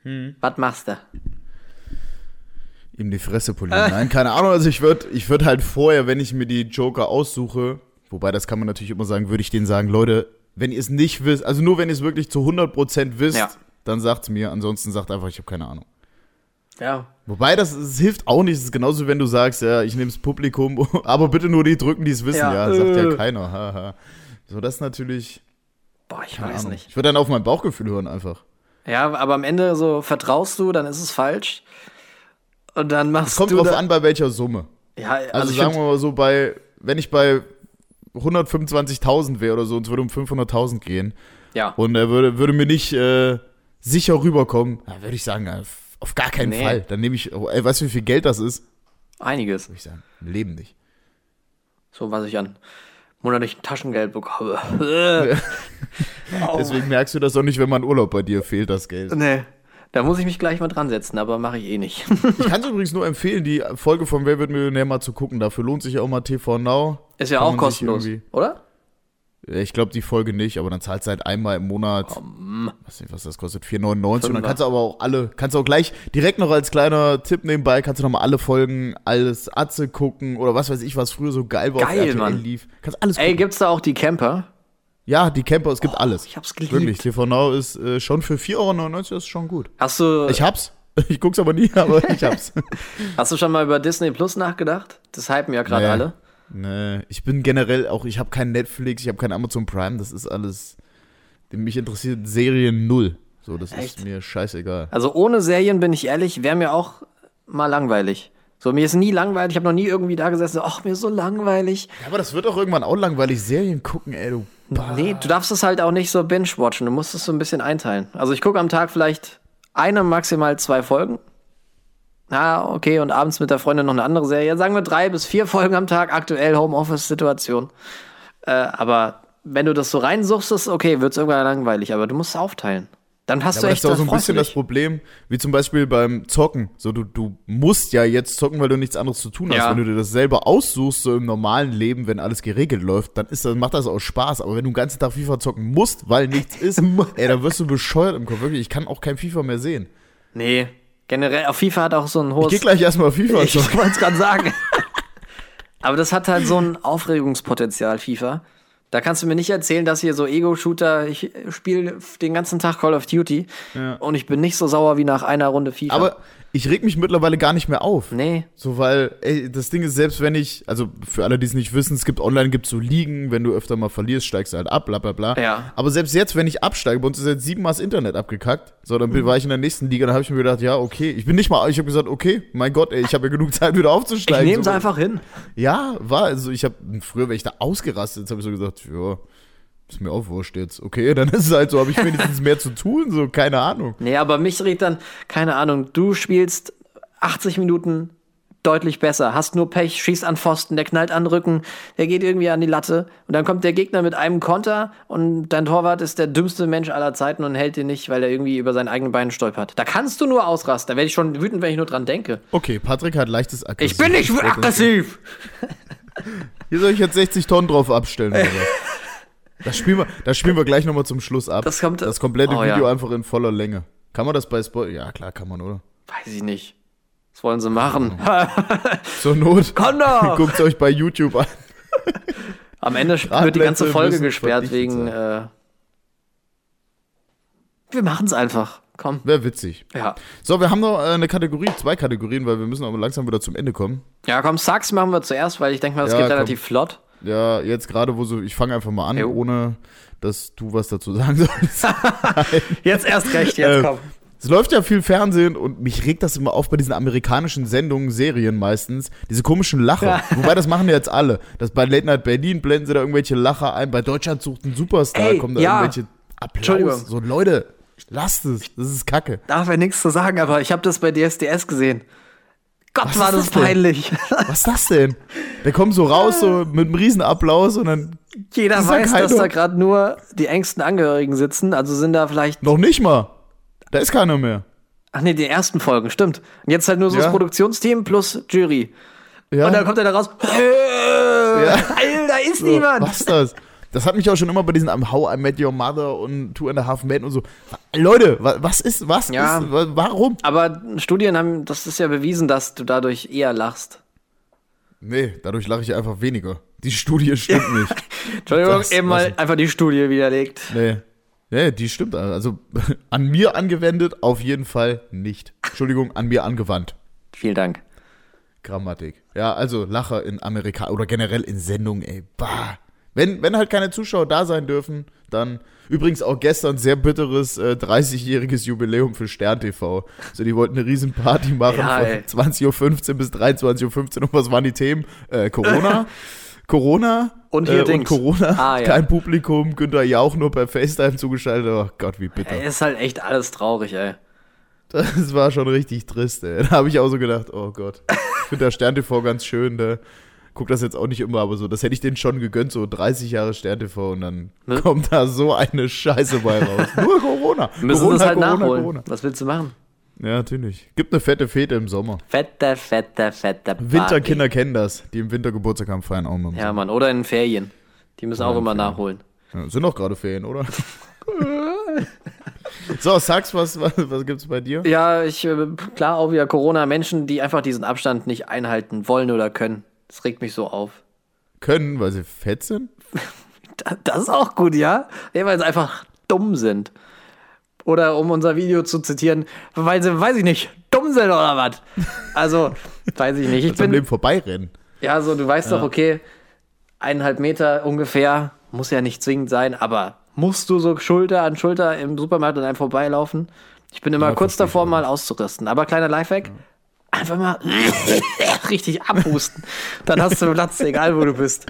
[SPEAKER 2] Hm.
[SPEAKER 3] Was machst du?
[SPEAKER 2] Ihm die Fresse polieren.
[SPEAKER 3] Ah.
[SPEAKER 2] Nein, keine Ahnung. Also ich würde ich würd halt vorher, wenn ich mir die Joker aussuche, wobei das kann man natürlich immer sagen, würde ich denen sagen, Leute, wenn ihr es nicht wisst, also nur wenn ihr es wirklich zu 100% wisst,
[SPEAKER 3] Ja.
[SPEAKER 2] dann sagt's mir. Ansonsten sagt einfach, ich habe keine Ahnung.
[SPEAKER 3] Ja.
[SPEAKER 2] Wobei, das, es hilft auch nicht. Es ist genauso, wenn du sagst, ja, ich nehme das Publikum, aber bitte nur die drücken, die es wissen. Ja,
[SPEAKER 3] Ja,
[SPEAKER 2] sagt ja
[SPEAKER 3] äh.
[SPEAKER 2] keiner. Haha. So, das ist natürlich.
[SPEAKER 3] Boah, ich
[SPEAKER 2] keine
[SPEAKER 3] weiß
[SPEAKER 2] Ahnung.
[SPEAKER 3] nicht.
[SPEAKER 2] Ich würde dann auf mein Bauchgefühl hören einfach.
[SPEAKER 3] Ja, aber am Ende so vertraust du, dann ist es falsch. Und dann machst
[SPEAKER 2] Kommt
[SPEAKER 3] du.
[SPEAKER 2] drauf
[SPEAKER 3] da-
[SPEAKER 2] an, bei welcher Summe.
[SPEAKER 3] Ja, also,
[SPEAKER 2] Also,
[SPEAKER 3] ich
[SPEAKER 2] sagen
[SPEAKER 3] find-
[SPEAKER 2] wir mal so, bei, wenn ich bei 125.000 wäre oder so, und es würde um 500.000 gehen
[SPEAKER 3] ja.
[SPEAKER 2] und er würde, würde mir nicht äh, sicher rüberkommen, dann würde ich sagen, äh, f- auf gar keinen
[SPEAKER 3] Nee.
[SPEAKER 2] Fall. Dann nehme ich, oh, ey, weißt du, wie viel Geld das ist? Würde
[SPEAKER 3] einiges.
[SPEAKER 2] ich sagen, im Leben nicht.
[SPEAKER 3] So, was ich an monatlichen Taschengeld bekomme.
[SPEAKER 2] Deswegen merkst du das auch nicht, wenn man Urlaub bei dir fehlt, das Geld.
[SPEAKER 3] Nee. Da muss ich mich gleich mal dran setzen, aber mache ich eh nicht.
[SPEAKER 2] Ich kann es übrigens nur empfehlen, die Folge von Wer wird Millionär mal zu gucken. Dafür lohnt sich ja auch mal TV Now.
[SPEAKER 3] Ist ja
[SPEAKER 2] Kann
[SPEAKER 3] auch
[SPEAKER 2] man sich
[SPEAKER 3] kostenlos,
[SPEAKER 2] irgendwie-
[SPEAKER 3] oder?
[SPEAKER 2] Ja, Äh, Ich glaube, die Folge nicht, aber dann zahlst du halt einmal im
[SPEAKER 3] Oh,
[SPEAKER 2] Monat, weiß nicht, was das kostet, 4,99 und dann
[SPEAKER 3] Fünfer.
[SPEAKER 2] kannst du aber auch alle, kannst du auch gleich direkt noch als kleiner Tipp nebenbei, kannst du nochmal alle Folgen, alles Atze gucken oder was weiß ich, was früher so geil war,
[SPEAKER 3] Geil, Mann.
[SPEAKER 2] lief. Kannst alles gucken.
[SPEAKER 3] Ey, gibt's da auch die Camper?
[SPEAKER 2] ja, die Camper, es gibt alles.
[SPEAKER 3] ich hab's geliebt.
[SPEAKER 2] Wirklich, TV Now ist äh, schon für 4,99 Euro, das ist schon gut.
[SPEAKER 3] Hast du,
[SPEAKER 2] Ich hab's. Ich guck's aber nie, aber ich hab's.
[SPEAKER 3] hast du schon mal über Disney Plus nachgedacht? Das hypen ja gerade
[SPEAKER 2] Nee.
[SPEAKER 3] alle.
[SPEAKER 2] Nee, ich bin generell auch, ich habe kein Netflix, ich habe kein Amazon Prime, das ist alles. Mich interessiert Serien null. So, das
[SPEAKER 3] Echt?
[SPEAKER 2] ist mir scheißegal.
[SPEAKER 3] Also ohne Serien, bin ich ehrlich, wäre mir auch mal langweilig. So, mir ist nie langweilig, ich habe noch nie irgendwie da gesessen, so, ach, mir ist so langweilig.
[SPEAKER 2] Ja, aber das wird auch irgendwann auch langweilig. Serien gucken, ey, du. Bah.
[SPEAKER 3] Nee, du darfst es halt auch nicht so binge-watchen, du musst es so ein bisschen einteilen. Also ich gucke am Tag vielleicht eine, maximal zwei Folgen. Ah, okay, und abends mit der Freundin noch eine andere Serie. Sagen wir drei bis vier Folgen am Tag, aktuell Homeoffice-Situation. Äh, aber wenn du das so reinsuchst, ist okay, wird es irgendwann langweilig, aber du musst es aufteilen. Dann hast
[SPEAKER 2] Aber
[SPEAKER 3] du
[SPEAKER 2] das
[SPEAKER 3] echt
[SPEAKER 2] ist auch so ein
[SPEAKER 3] dann freust du
[SPEAKER 2] bisschen das
[SPEAKER 3] dich.
[SPEAKER 2] Problem, wie zum Beispiel beim Zocken. So, du, du musst ja jetzt zocken, weil du nichts anderes zu tun hast.
[SPEAKER 3] Ja.
[SPEAKER 2] Wenn du dir das selber aussuchst, so im normalen Leben, wenn alles geregelt läuft, dann ist das, macht das auch Spaß. Aber wenn du den ganzen Tag FIFA zocken musst, weil nichts ist, ey, dann wirst du bescheuert im Kopf. Wirklich, ich kann auch kein FIFA mehr sehen.
[SPEAKER 3] Nee, generell, auf FIFA hat auch so ein hohes.
[SPEAKER 2] Geh gleich erstmal FIFA
[SPEAKER 3] Ich
[SPEAKER 2] zocken.
[SPEAKER 3] wollte es gerade sagen. Aber das hat halt so ein Aufregungspotenzial, FIFA. Da kannst du mir nicht erzählen, dass hier so Ego-Shooter, ich spiele den ganzen Tag Call of Duty und ich bin nicht so sauer wie nach einer Runde FIFA.
[SPEAKER 2] Aber ich reg mich mittlerweile gar nicht mehr auf.
[SPEAKER 3] nee,
[SPEAKER 2] So, weil, ey, das Ding ist, selbst wenn ich, also für alle, die es nicht wissen, es gibt online, gibt so Ligen, wenn du öfter mal verlierst, steigst du halt ab, bla bla bla.
[SPEAKER 3] Ja.
[SPEAKER 2] Aber selbst jetzt, wenn ich absteige, bei uns ist jetzt siebenmal das Internet abgekackt, so, dann
[SPEAKER 3] Mhm.
[SPEAKER 2] bin- war ich in der nächsten Liga, dann habe ich mir gedacht, ja, okay, ich bin nicht mal, ich habe gesagt, okay, mein Gott, ey, ich habe ja genug Zeit, wieder
[SPEAKER 3] ich
[SPEAKER 2] aufzusteigen.
[SPEAKER 3] nehme es
[SPEAKER 2] so,
[SPEAKER 3] einfach hin.
[SPEAKER 2] Ja, war, also ich habe, früher wäre ich da ausgerastet, jetzt habe ich so gesagt, ja, ist mir auch wurscht jetzt, okay, dann ist es halt so, habe ich wenigstens mehr zu tun, so, keine Ahnung.
[SPEAKER 3] Nee, aber mich regt dann, keine Ahnung, du spielst 80 Minuten deutlich besser, hast nur Pech, schießt an Pfosten, der knallt an den Rücken, der geht irgendwie an die Latte und dann kommt der Gegner mit einem Konter und dein Torwart ist der dümmste Mensch aller Zeiten und hält den nicht, weil er irgendwie über seinen eigenen Beinen stolpert. Da kannst du nur ausrasten, da werde ich schon wütend, wenn ich nur dran denke.
[SPEAKER 2] Okay, Patrick hat leichtes Aggressiv.
[SPEAKER 3] Ich bin nicht aggressiv!
[SPEAKER 2] Hier soll ich jetzt 60 Tonnen drauf abstellen oder was? Das spielen wir, das spielen wir gleich nochmal zum Schluss ab.
[SPEAKER 3] Das kommt-
[SPEAKER 2] das komplette
[SPEAKER 3] oh, ja.
[SPEAKER 2] Video einfach in voller Länge. Kann man das bei Spoil? Ja, klar kann man, oder?
[SPEAKER 3] Weiß ich nicht. Was wollen sie machen?
[SPEAKER 2] Zur Not.
[SPEAKER 3] Kann doch!
[SPEAKER 2] Guckt euch bei YouTube an.
[SPEAKER 3] Am Ende wird die ganze
[SPEAKER 2] Radplätze
[SPEAKER 3] Folge
[SPEAKER 2] müssen
[SPEAKER 3] gesperrt
[SPEAKER 2] verdichtet
[SPEAKER 3] wegen. Äh, wir machen es einfach. Komm.
[SPEAKER 2] Wäre witzig.
[SPEAKER 3] Ja.
[SPEAKER 2] So, wir haben noch äh, eine Kategorie, zwei Kategorien, weil wir müssen aber langsam wieder zum Ende kommen.
[SPEAKER 3] Ja, komm, Sachs machen wir zuerst, weil ich denke mal, das
[SPEAKER 2] Ja,
[SPEAKER 3] geht
[SPEAKER 2] komm.
[SPEAKER 3] relativ flott.
[SPEAKER 2] Ja, jetzt gerade, wo so, ich fange einfach mal an,
[SPEAKER 3] Jo.
[SPEAKER 2] ohne dass du was dazu sagen sollst.
[SPEAKER 3] Jetzt erst recht,
[SPEAKER 2] jetzt Äh, komm. Es läuft ja viel Fernsehen und mich regt das immer auf bei diesen amerikanischen Sendungen, Serien meistens, diese komischen Lacher. Wobei, das machen ja jetzt alle. Das bei Late Night Berlin blenden sie da irgendwelche Lacher ein. Bei Deutschland sucht ein Superstar,
[SPEAKER 3] Ey,
[SPEAKER 2] kommen da
[SPEAKER 3] ja.
[SPEAKER 2] irgendwelche
[SPEAKER 3] Entschuldigung.
[SPEAKER 2] Applaus. So, Leute, lasst es. Das ist Kacke.
[SPEAKER 3] Darf ja nichts zu sagen, aber ich habe das bei DSDS gesehen. Gott,
[SPEAKER 2] Was
[SPEAKER 3] war
[SPEAKER 2] ist
[SPEAKER 3] das
[SPEAKER 2] das denn?
[SPEAKER 3] peinlich.
[SPEAKER 2] Was ist das denn? Der kommt so raus, so mit einem Riesenapplaus und dann
[SPEAKER 3] Jeder
[SPEAKER 2] Dieser
[SPEAKER 3] weiß, dass
[SPEAKER 2] Kaido.
[SPEAKER 3] da gerade nur die engsten Angehörigen sitzen, also sind da vielleicht.
[SPEAKER 2] noch nicht mal. Da ist keiner mehr.
[SPEAKER 3] Ach nee, die ersten Folgen, stimmt. Und jetzt halt nur so
[SPEAKER 2] Ja.
[SPEAKER 3] das Produktionsteam plus Jury.
[SPEAKER 2] Ja.
[SPEAKER 3] Und dann kommt er da raus. Alter, da ist
[SPEAKER 2] So,
[SPEAKER 3] niemand.
[SPEAKER 2] Was ist das? Das hat mich auch schon immer bei diesen am How I Met Your Mother und Two and a Half Men und so. Leute, wa- was ist, was
[SPEAKER 3] Ja.
[SPEAKER 2] ist, wa- warum?
[SPEAKER 3] Aber Studien haben, das ist ja bewiesen, dass du dadurch eher lachst.
[SPEAKER 2] Nee, dadurch lache ich einfach weniger. Die Studie stimmt nicht.
[SPEAKER 3] Entschuldigung,
[SPEAKER 2] Das-
[SPEAKER 3] eben mal einfach die Studie widerlegt.
[SPEAKER 2] Nee. Nee, die stimmt. Also an mir angewendet auf jeden Fall nicht. Entschuldigung, an mir angewandt.
[SPEAKER 3] Vielen Dank.
[SPEAKER 2] Grammatik. Ja, also Lacher in Amerika oder generell in Sendungen, ey. Bah. Wenn, wenn halt keine Zuschauer da sein dürfen, dann übrigens auch gestern sehr bitteres äh, 30-jähriges Jubiläum für Stern TV. So, die wollten eine Riesenparty machen
[SPEAKER 3] Ja,
[SPEAKER 2] von
[SPEAKER 3] ey.
[SPEAKER 2] 20.15 Uhr bis 23.15 Uhr. Und was waren die Themen? Äh, Corona, Corona
[SPEAKER 3] Und hier
[SPEAKER 2] äh, und
[SPEAKER 3] Dings.
[SPEAKER 2] Corona.
[SPEAKER 3] Ah, ja.
[SPEAKER 2] Kein Publikum, Günter Jauch nur per FaceTime zugeschaltet. Oh Gott, wie bitter.
[SPEAKER 3] Ey, ist halt echt alles traurig, ey.
[SPEAKER 2] Das war schon richtig trist, ey. Da habe ich auch so gedacht, oh Gott. Ich finde das Stern-TV ganz schön, ne? Guck das jetzt auch nicht immer, aber so, das hätte ich denen schon gegönnt, so 30 Jahre Stern-TV und dann
[SPEAKER 3] Ne?
[SPEAKER 2] kommt da so eine Scheiße bei raus. Nur Corona.
[SPEAKER 3] Wir müssen
[SPEAKER 2] Corona,
[SPEAKER 3] das halt
[SPEAKER 2] Corona,
[SPEAKER 3] nachholen.
[SPEAKER 2] Corona.
[SPEAKER 3] Was willst du machen?
[SPEAKER 2] Ja, natürlich. Gibt eine fette Fete im Sommer.
[SPEAKER 3] Ah, Fette, fette, fette Party.
[SPEAKER 2] Winterkinder kennen das, die im Winter Geburtstag haben, feiern auch mal. im
[SPEAKER 3] Ja, Mann. Oder in Ferien. Die müssen auch
[SPEAKER 2] in
[SPEAKER 3] immer
[SPEAKER 2] Ferien.
[SPEAKER 3] nachholen.
[SPEAKER 2] Sommer. Ja, sind auch gerade Ferien, oder? so, sag's, was, was, was gibt's bei dir?
[SPEAKER 3] Ja, ich, äh, klar, auch wieder Corona. Menschen, die einfach diesen Abstand nicht einhalten wollen oder können. Das regt mich so auf.
[SPEAKER 2] Können, weil sie fett sind?
[SPEAKER 3] Da- Das ist auch gut, ja? Nee, weil sie einfach dumm sind. Oder um unser Video zu zitieren, weil sie, weiß ich nicht, dumm sind oder was? Also, weiß ich nicht. Ich
[SPEAKER 2] Zum
[SPEAKER 3] bin,
[SPEAKER 2] Leben vorbeirennen.
[SPEAKER 3] Ja, so du weißt doch, okay, eineinhalb Meter ungefähr, muss ja nicht zwingend sein, aber musst du so Schulter an Schulter im Supermarkt an einem vorbeilaufen. Ich bin immer
[SPEAKER 2] Ja,
[SPEAKER 3] kurz
[SPEAKER 2] verstehe ich,
[SPEAKER 3] davor,
[SPEAKER 2] ja.
[SPEAKER 3] mal auszurüsten. Aber kleiner Lifehack, einfach mal richtig abhusten. Dann hast du Platz, egal wo du bist.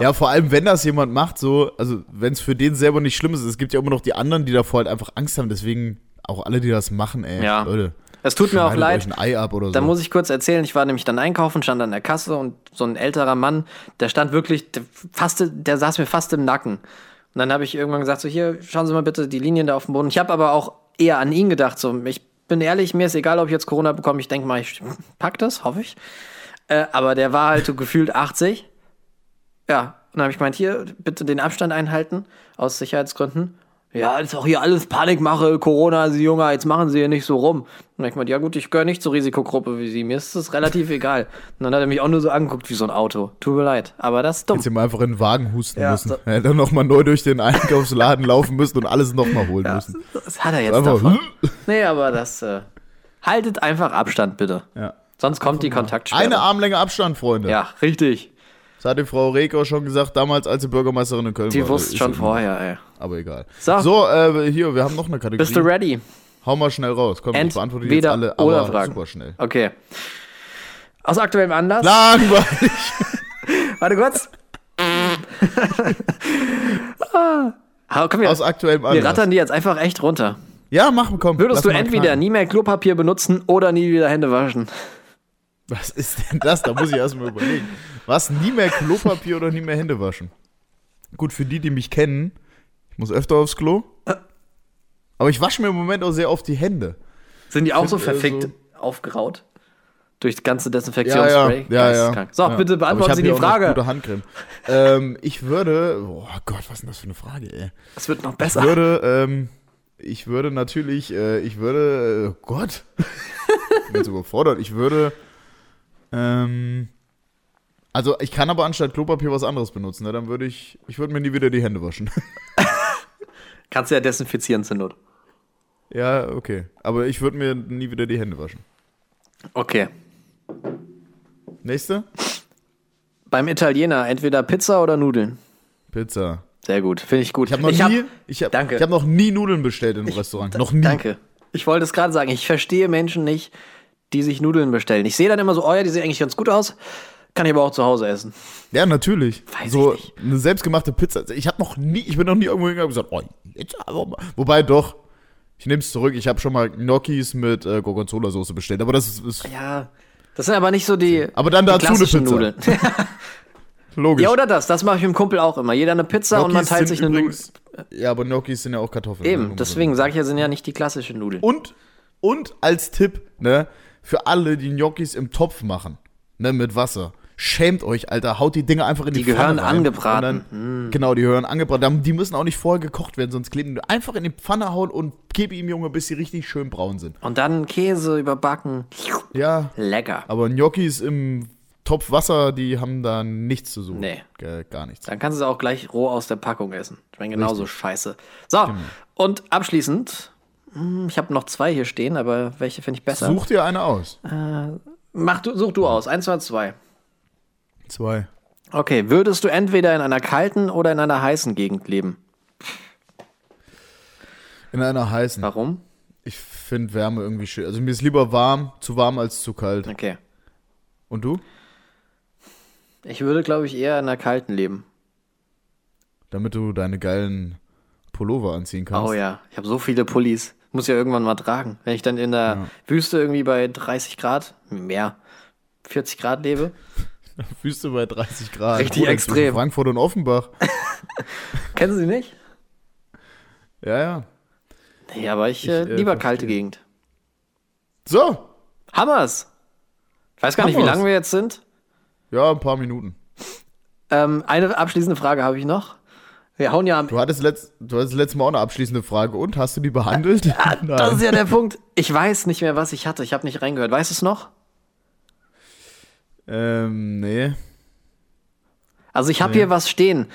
[SPEAKER 2] Ja, vor allem, wenn das jemand macht, so, also wenn es für den selber nicht schlimm ist, es gibt ja immer noch die anderen, die davor halt einfach Angst haben, deswegen auch alle, die das machen, ey.
[SPEAKER 3] Ja.
[SPEAKER 2] Leute.
[SPEAKER 3] Es tut mir auch
[SPEAKER 2] schneidet
[SPEAKER 3] leid.
[SPEAKER 2] Euch ein Ei ab oder so.
[SPEAKER 3] Da muss ich kurz erzählen, ich war nämlich dann einkaufen, stand an der Kasse und so ein älterer Mann, der stand wirklich, der, fast, der saß mir fast im Nacken. Und dann habe ich irgendwann gesagt, so hier, schauen Sie mal bitte die Linien da auf dem Boden. Ich habe aber auch eher an ihn gedacht, so ich bin ehrlich, mir ist egal, ob ich jetzt Corona bekomme, ich denke mal, ich pack das, hoffe ich. Äh, aber der war halt so gefühlt 80. Ja, und dann habe ich gemeint, hier, bitte den Abstand einhalten, aus Sicherheitsgründen. Ja, ist auch hier alles Panikmache, Corona, Sie Junger, jetzt machen Sie hier nicht so rum. Und dann hab ich meinte, ja gut, ich gehöre nicht zur Risikogruppe wie Sie, mir ist das relativ egal. Und dann hat er mich auch nur so angeguckt wie so ein Auto. Tut mir leid, aber das ist dumm.
[SPEAKER 2] Hättest ihm einfach in den Wagen husten
[SPEAKER 3] Ja,
[SPEAKER 2] müssen.
[SPEAKER 3] so-
[SPEAKER 2] Er hätte dann nochmal neu durch den Einkaufsladen laufen müssen und alles nochmal holen müssen.
[SPEAKER 3] Das hat er jetzt
[SPEAKER 2] Einfach, hm?
[SPEAKER 3] davon. Nee, aber das, äh, haltet einfach Abstand bitte.
[SPEAKER 2] Ja.
[SPEAKER 3] Sonst kommt die Kontaktsperre.
[SPEAKER 2] Eine Armlänge Abstand, Freunde.
[SPEAKER 3] Ja, richtig.
[SPEAKER 2] Das hat die Frau Reker schon gesagt, damals, als sie Bürgermeisterin in Köln war.
[SPEAKER 3] Die wusste
[SPEAKER 2] Ist
[SPEAKER 3] schon
[SPEAKER 2] eben-
[SPEAKER 3] vorher, ey.
[SPEAKER 2] Aber egal.
[SPEAKER 3] So.
[SPEAKER 2] so äh, hier, wir haben noch eine Kategorie.
[SPEAKER 3] Bist du ready?
[SPEAKER 2] Hau mal schnell raus. Komm, ich beantworte die jetzt
[SPEAKER 3] Entweder-
[SPEAKER 2] alle,
[SPEAKER 3] oder
[SPEAKER 2] aber
[SPEAKER 3] Fragen.
[SPEAKER 2] super schnell.
[SPEAKER 3] Okay. Aus aktuellem Anlass.
[SPEAKER 2] Langweilig.
[SPEAKER 3] Warte kurz. ah, komm, wir,
[SPEAKER 2] Aus aktuellem
[SPEAKER 3] wir
[SPEAKER 2] Anlass.
[SPEAKER 3] rattern die jetzt einfach echt runter.
[SPEAKER 2] Ja, machen, komm. lass
[SPEAKER 3] Würdest du
[SPEAKER 2] mal
[SPEAKER 3] entweder
[SPEAKER 2] knallen.
[SPEAKER 3] nie mehr Klopapier benutzen oder nie wieder Hände waschen?
[SPEAKER 2] Was ist denn das? Da muss ich erstmal überlegen. Was? Nie mehr Klopapier oder nie mehr Hände waschen? Gut, für die, die mich kennen, ich muss öfter aufs Klo. Aber ich wasche mir im Moment auch sehr oft die Hände.
[SPEAKER 3] Sind die auch so
[SPEAKER 2] find, äh,
[SPEAKER 3] verfickt aufgeraut? Durch das ganze
[SPEAKER 2] Ja, ja,
[SPEAKER 3] Desinfektionsspray?
[SPEAKER 2] ja, ja.
[SPEAKER 3] Geisteskrank. So,
[SPEAKER 2] ja.
[SPEAKER 3] bitte
[SPEAKER 2] Aber ich
[SPEAKER 3] beantworten
[SPEAKER 2] hab
[SPEAKER 3] Sie die
[SPEAKER 2] hier auch noch
[SPEAKER 3] Frage.
[SPEAKER 2] Gute Handcreme. Ähm, ich würde, oh Gott, was ist denn das für eine Frage, ey?
[SPEAKER 3] Es wird noch
[SPEAKER 2] Ich
[SPEAKER 3] besser.
[SPEAKER 2] würde, ähm, ich würde natürlich, äh, ich würde, oh Gott, ich bin jetzt überfordert. Ich würde, ähm, also ich kann aber anstatt Klopapier was anderes benutzen. Ne? Dann würde ich, ich würde mir nie wieder die Hände waschen.
[SPEAKER 3] Kannst du ja desinfizieren zur Not.
[SPEAKER 2] ja, okay. Aber ich würde mir nie wieder die Hände waschen.
[SPEAKER 3] Okay.
[SPEAKER 2] Nächste?
[SPEAKER 3] Beim Italiener entweder Pizza oder Nudeln.
[SPEAKER 2] Pizza.
[SPEAKER 3] Sehr gut, finde ich gut.
[SPEAKER 2] Ich habe noch
[SPEAKER 3] hab-
[SPEAKER 2] nie, ich habe,
[SPEAKER 3] Danke.
[SPEAKER 2] ich habe noch nie Nudeln bestellt im Restaurant. Noch nie.
[SPEAKER 3] Danke. Ich wollte es gerade sagen, ich verstehe Menschen nicht, die sich Nudeln bestellen. Ich sehe dann immer so, oh ja, die sehen eigentlich ganz gut aus, kann ich aber auch zu Hause essen.
[SPEAKER 2] Ja, natürlich.
[SPEAKER 3] Weiß
[SPEAKER 2] so
[SPEAKER 3] ich nicht.
[SPEAKER 2] eine selbstgemachte Pizza. Ich habe noch nie, ich bin noch nie irgendwo hingegangen und gesagt, oh, jetzt aber mal. Wobei doch, ich nehme es zurück. Ich habe schon mal Gnocchis mit äh, Gorgonzola-Soße bestellt, aber das ist, ist
[SPEAKER 3] Ja, das sind aber nicht so die,
[SPEAKER 2] Aber dann
[SPEAKER 3] die
[SPEAKER 2] dazu eine
[SPEAKER 3] klassischen
[SPEAKER 2] Pizza.
[SPEAKER 3] Nudeln.
[SPEAKER 2] logisch.
[SPEAKER 3] ja, oder das, das mache ich mit dem Kumpel auch immer. Jeder eine Pizza und man
[SPEAKER 2] Gnocchis
[SPEAKER 3] teilt
[SPEAKER 2] sind
[SPEAKER 3] sich eine Nudel.
[SPEAKER 2] übrigens- Ja, aber Gnocchis sind ja auch Kartoffeln. ne,
[SPEAKER 3] Eben,
[SPEAKER 2] um-
[SPEAKER 3] deswegen sage ich ja, sind ja nicht die klassischen Nudeln.
[SPEAKER 2] Und, und als Tipp, ne, für alle, die Gnocchis im Topf machen, ne, mit Wasser. Schämt euch, Alter, haut die Dinger einfach in die,
[SPEAKER 3] Die gehören
[SPEAKER 2] Pfanne rein.
[SPEAKER 3] angebraten. Mhm.
[SPEAKER 2] Und Dann, Genau, die gehören angebraten. Dann- Die müssen auch nicht vorher gekocht werden, sonst kleben die einfach in die Pfanne hauen und gib ihm, Junge, bis sie richtig schön braun sind.
[SPEAKER 3] Und dann Käse überbacken.
[SPEAKER 2] Ja,
[SPEAKER 3] Lecker.
[SPEAKER 2] aber Gnocchis im Topf Wasser, die haben da nichts zu suchen.
[SPEAKER 3] Nee.
[SPEAKER 2] G- Gar nichts.
[SPEAKER 3] Dann kannst du es auch gleich roh aus der Packung essen. Schmeckt genauso scheiße. So,
[SPEAKER 2] Genau.
[SPEAKER 3] und abschließend, hm, ich habe noch zwei hier stehen, aber welche finde ich besser?
[SPEAKER 2] Such dir eine aus.
[SPEAKER 3] Mach du, such du aus. Eins oder zwei.
[SPEAKER 2] Zwei.
[SPEAKER 3] Okay, würdest du entweder in einer kalten oder in einer heißen Gegend leben?
[SPEAKER 2] In einer heißen.
[SPEAKER 3] Warum?
[SPEAKER 2] Ich finde Wärme irgendwie schön. Also mir ist lieber warm, zu warm als zu kalt.
[SPEAKER 3] Okay.
[SPEAKER 2] Und du?
[SPEAKER 3] Ich würde, glaube ich, eher in einer kalten leben.
[SPEAKER 2] Damit du deine geilen Pullover anziehen kannst.
[SPEAKER 3] Oh ja, ich habe so viele Pullis. Muss ja irgendwann mal tragen. Wenn ich dann in der Wüste irgendwie bei 30 Grad, mehr, 40 Grad lebe.
[SPEAKER 2] Wüste bei 30 Grad.
[SPEAKER 3] Richtig
[SPEAKER 2] Bruder,
[SPEAKER 3] extrem.
[SPEAKER 2] zwischen Frankfurt und Offenbach.
[SPEAKER 3] Kennen Sie nicht?
[SPEAKER 2] Ja, ja.
[SPEAKER 3] Nee, aber ich, äh,
[SPEAKER 2] Ich, äh,
[SPEAKER 3] lieber kalte Gegend.
[SPEAKER 2] So.
[SPEAKER 3] Hammers! Ich weiß gar nicht, wie
[SPEAKER 2] Hammers.
[SPEAKER 3] lange wir jetzt sind.
[SPEAKER 2] Ja, ein paar Minuten.
[SPEAKER 3] Ähm, eine abschließende Frage habe ich noch. Wir hauen ja am
[SPEAKER 2] Du hattest, letzt, du hattest letztes Mal auch eine abschließende Frage. Und hast du die behandelt?
[SPEAKER 3] Das
[SPEAKER 2] Nein.
[SPEAKER 3] ist ja der Punkt. Ich weiß nicht mehr, was ich hatte. Ich habe nicht reingehört. Weißt du es noch?
[SPEAKER 2] Ähm, nee.
[SPEAKER 3] Also ich habe hier was stehen.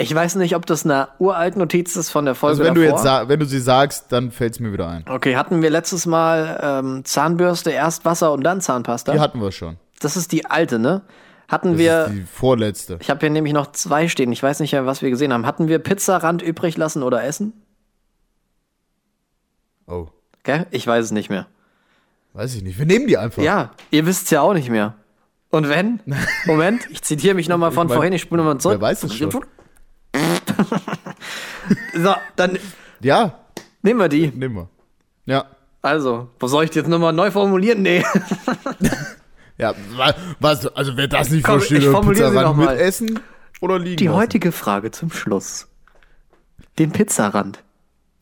[SPEAKER 3] Ich weiß nicht, ob das eine uralten Notiz ist von der Folge
[SPEAKER 2] Also wenn du
[SPEAKER 3] davor.
[SPEAKER 2] jetzt sa- wenn du sie sagst, dann fällt es mir wieder ein.
[SPEAKER 3] okay, hatten wir letztes Mal ähm, Zahnbürste, erst Wasser und dann Zahnpasta.
[SPEAKER 2] Die hatten wir schon.
[SPEAKER 3] das ist die alte, ne? Hatten
[SPEAKER 2] Das
[SPEAKER 3] wir.
[SPEAKER 2] ist die vorletzte.
[SPEAKER 3] Ich habe hier nämlich noch zwei stehen. Ich weiß nicht, was wir gesehen haben. Hatten wir Pizzarand übrig lassen oder essen?
[SPEAKER 2] Oh,
[SPEAKER 3] Gell? Ich weiß es nicht mehr.
[SPEAKER 2] weiß ich nicht. Wir nehmen die einfach.
[SPEAKER 3] Ja, ihr wisst es ja auch nicht mehr. Und wenn? Moment, ich zitiere mich nochmal von
[SPEAKER 2] Ich mein,
[SPEAKER 3] vorhin, ich spule nochmal zurück.
[SPEAKER 2] wer weiß es schon?
[SPEAKER 3] so, dann
[SPEAKER 2] Ja,
[SPEAKER 3] nehmen wir die.
[SPEAKER 2] nehmen wir. Ja.
[SPEAKER 3] Also, wo soll ich die jetzt nochmal neu formulieren? Nee.
[SPEAKER 2] Ja, wa- was, also wer das nicht
[SPEAKER 3] Komm,
[SPEAKER 2] versteht,
[SPEAKER 3] ich
[SPEAKER 2] oder
[SPEAKER 3] formuliere sie
[SPEAKER 2] Pizza
[SPEAKER 3] noch mal.
[SPEAKER 2] mitessen oder liegen
[SPEAKER 3] Die
[SPEAKER 2] lassen.
[SPEAKER 3] heutige Frage zum Schluss. Den Pizzarand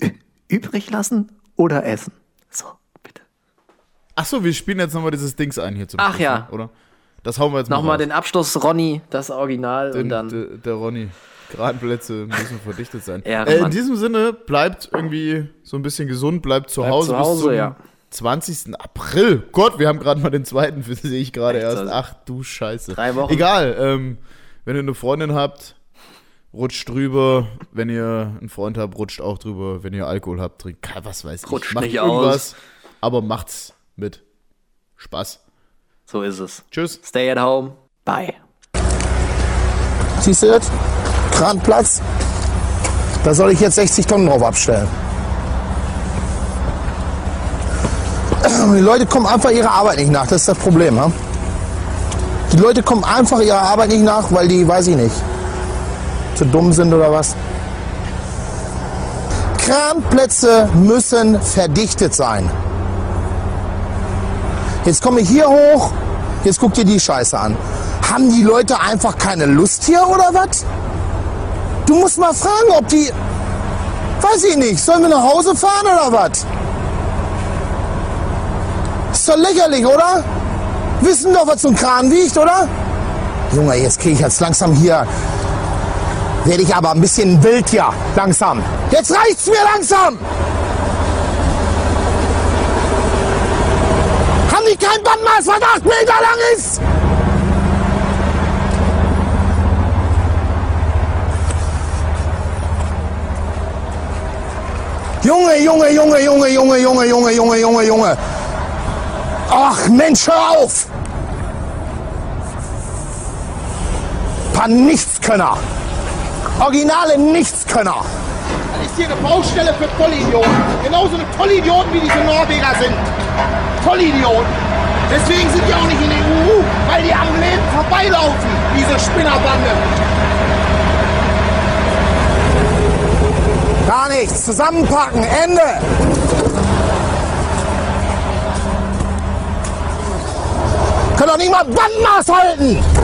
[SPEAKER 3] ü- übrig lassen oder essen? So, bitte.
[SPEAKER 2] Ach so, wir spielen jetzt nochmal dieses Dings ein hier zum
[SPEAKER 3] Ach
[SPEAKER 2] Schluss,
[SPEAKER 3] ja.
[SPEAKER 2] ne? Oder? Das hauen wir jetzt
[SPEAKER 3] Nochmal
[SPEAKER 2] mal
[SPEAKER 3] den Abschluss, Ronny, das Original und
[SPEAKER 2] den,
[SPEAKER 3] dann.
[SPEAKER 2] Der, der Ronny. Gerade Plätze müssen verdichtet sein.
[SPEAKER 3] Ehrenmann.
[SPEAKER 2] äh, in diesem Sinne, bleibt irgendwie so ein bisschen gesund, bleibt zu Hause
[SPEAKER 3] zu
[SPEAKER 2] bis
[SPEAKER 3] Hause,
[SPEAKER 2] zum
[SPEAKER 3] ja.
[SPEAKER 2] 20. April. Gott, wir haben gerade mal den zweiten, sehe ich gerade
[SPEAKER 3] Echt,
[SPEAKER 2] erst.
[SPEAKER 3] also-
[SPEAKER 2] Ach du Scheiße.
[SPEAKER 3] Drei Wochen.
[SPEAKER 2] Egal, ähm, wenn ihr eine Freundin habt, rutscht drüber. Wenn ihr einen Freund habt, rutscht auch drüber. Wenn ihr Alkohol habt, trinkt, Ka- was weiß ich.
[SPEAKER 3] Rutscht
[SPEAKER 2] Macht
[SPEAKER 3] nicht
[SPEAKER 2] irgendwas, aber macht's mit Spaß.
[SPEAKER 3] So ist es.
[SPEAKER 2] Tschüss.
[SPEAKER 3] Stay at home. Bye.
[SPEAKER 1] Siehst du das? Kranplatz. Da soll ich jetzt 60 Tonnen drauf abstellen. Die Leute kommen einfach ihrer Arbeit nicht nach. Das ist das Problem. Ja? Die Leute kommen einfach ihrer Arbeit nicht nach, weil die, weiß ich nicht, zu dumm sind oder was. Kranplätze müssen verdichtet sein. Jetzt komme ich hier hoch, jetzt guck dir die Scheiße an. Haben die Leute einfach keine Lust hier oder was? Du musst mal fragen, ob die. Weiß ich nicht, sollen wir nach Hause fahren oder was? Ist doch lächerlich, oder? Wissen doch, was so ein Kran wiegt, oder? Junge, jetzt kriege ich jetzt langsam hier. Werde ich aber ein bisschen wild hier, langsam. Jetzt reicht's mir langsam! Haben die kein Bandmaß, was 8 Meter lang ist? Junge, Junge, Junge, Junge, Junge, Junge, Junge, Junge, Junge, Junge. Ach Mensch, hör auf! Paar Nichtskönner. Originale Nichtskönner.
[SPEAKER 4] Das ist hier eine Baustelle für Vollidioten. Genauso eine Vollidioten, wie diese Norweger sind. Vollidioten. Deswegen sind die auch nicht in der EU, weil die am Leben vorbeilaufen, diese Spinnerbande.
[SPEAKER 1] Gar nichts. Zusammenpacken. Ende. Können doch nicht mal Bandmaß halten.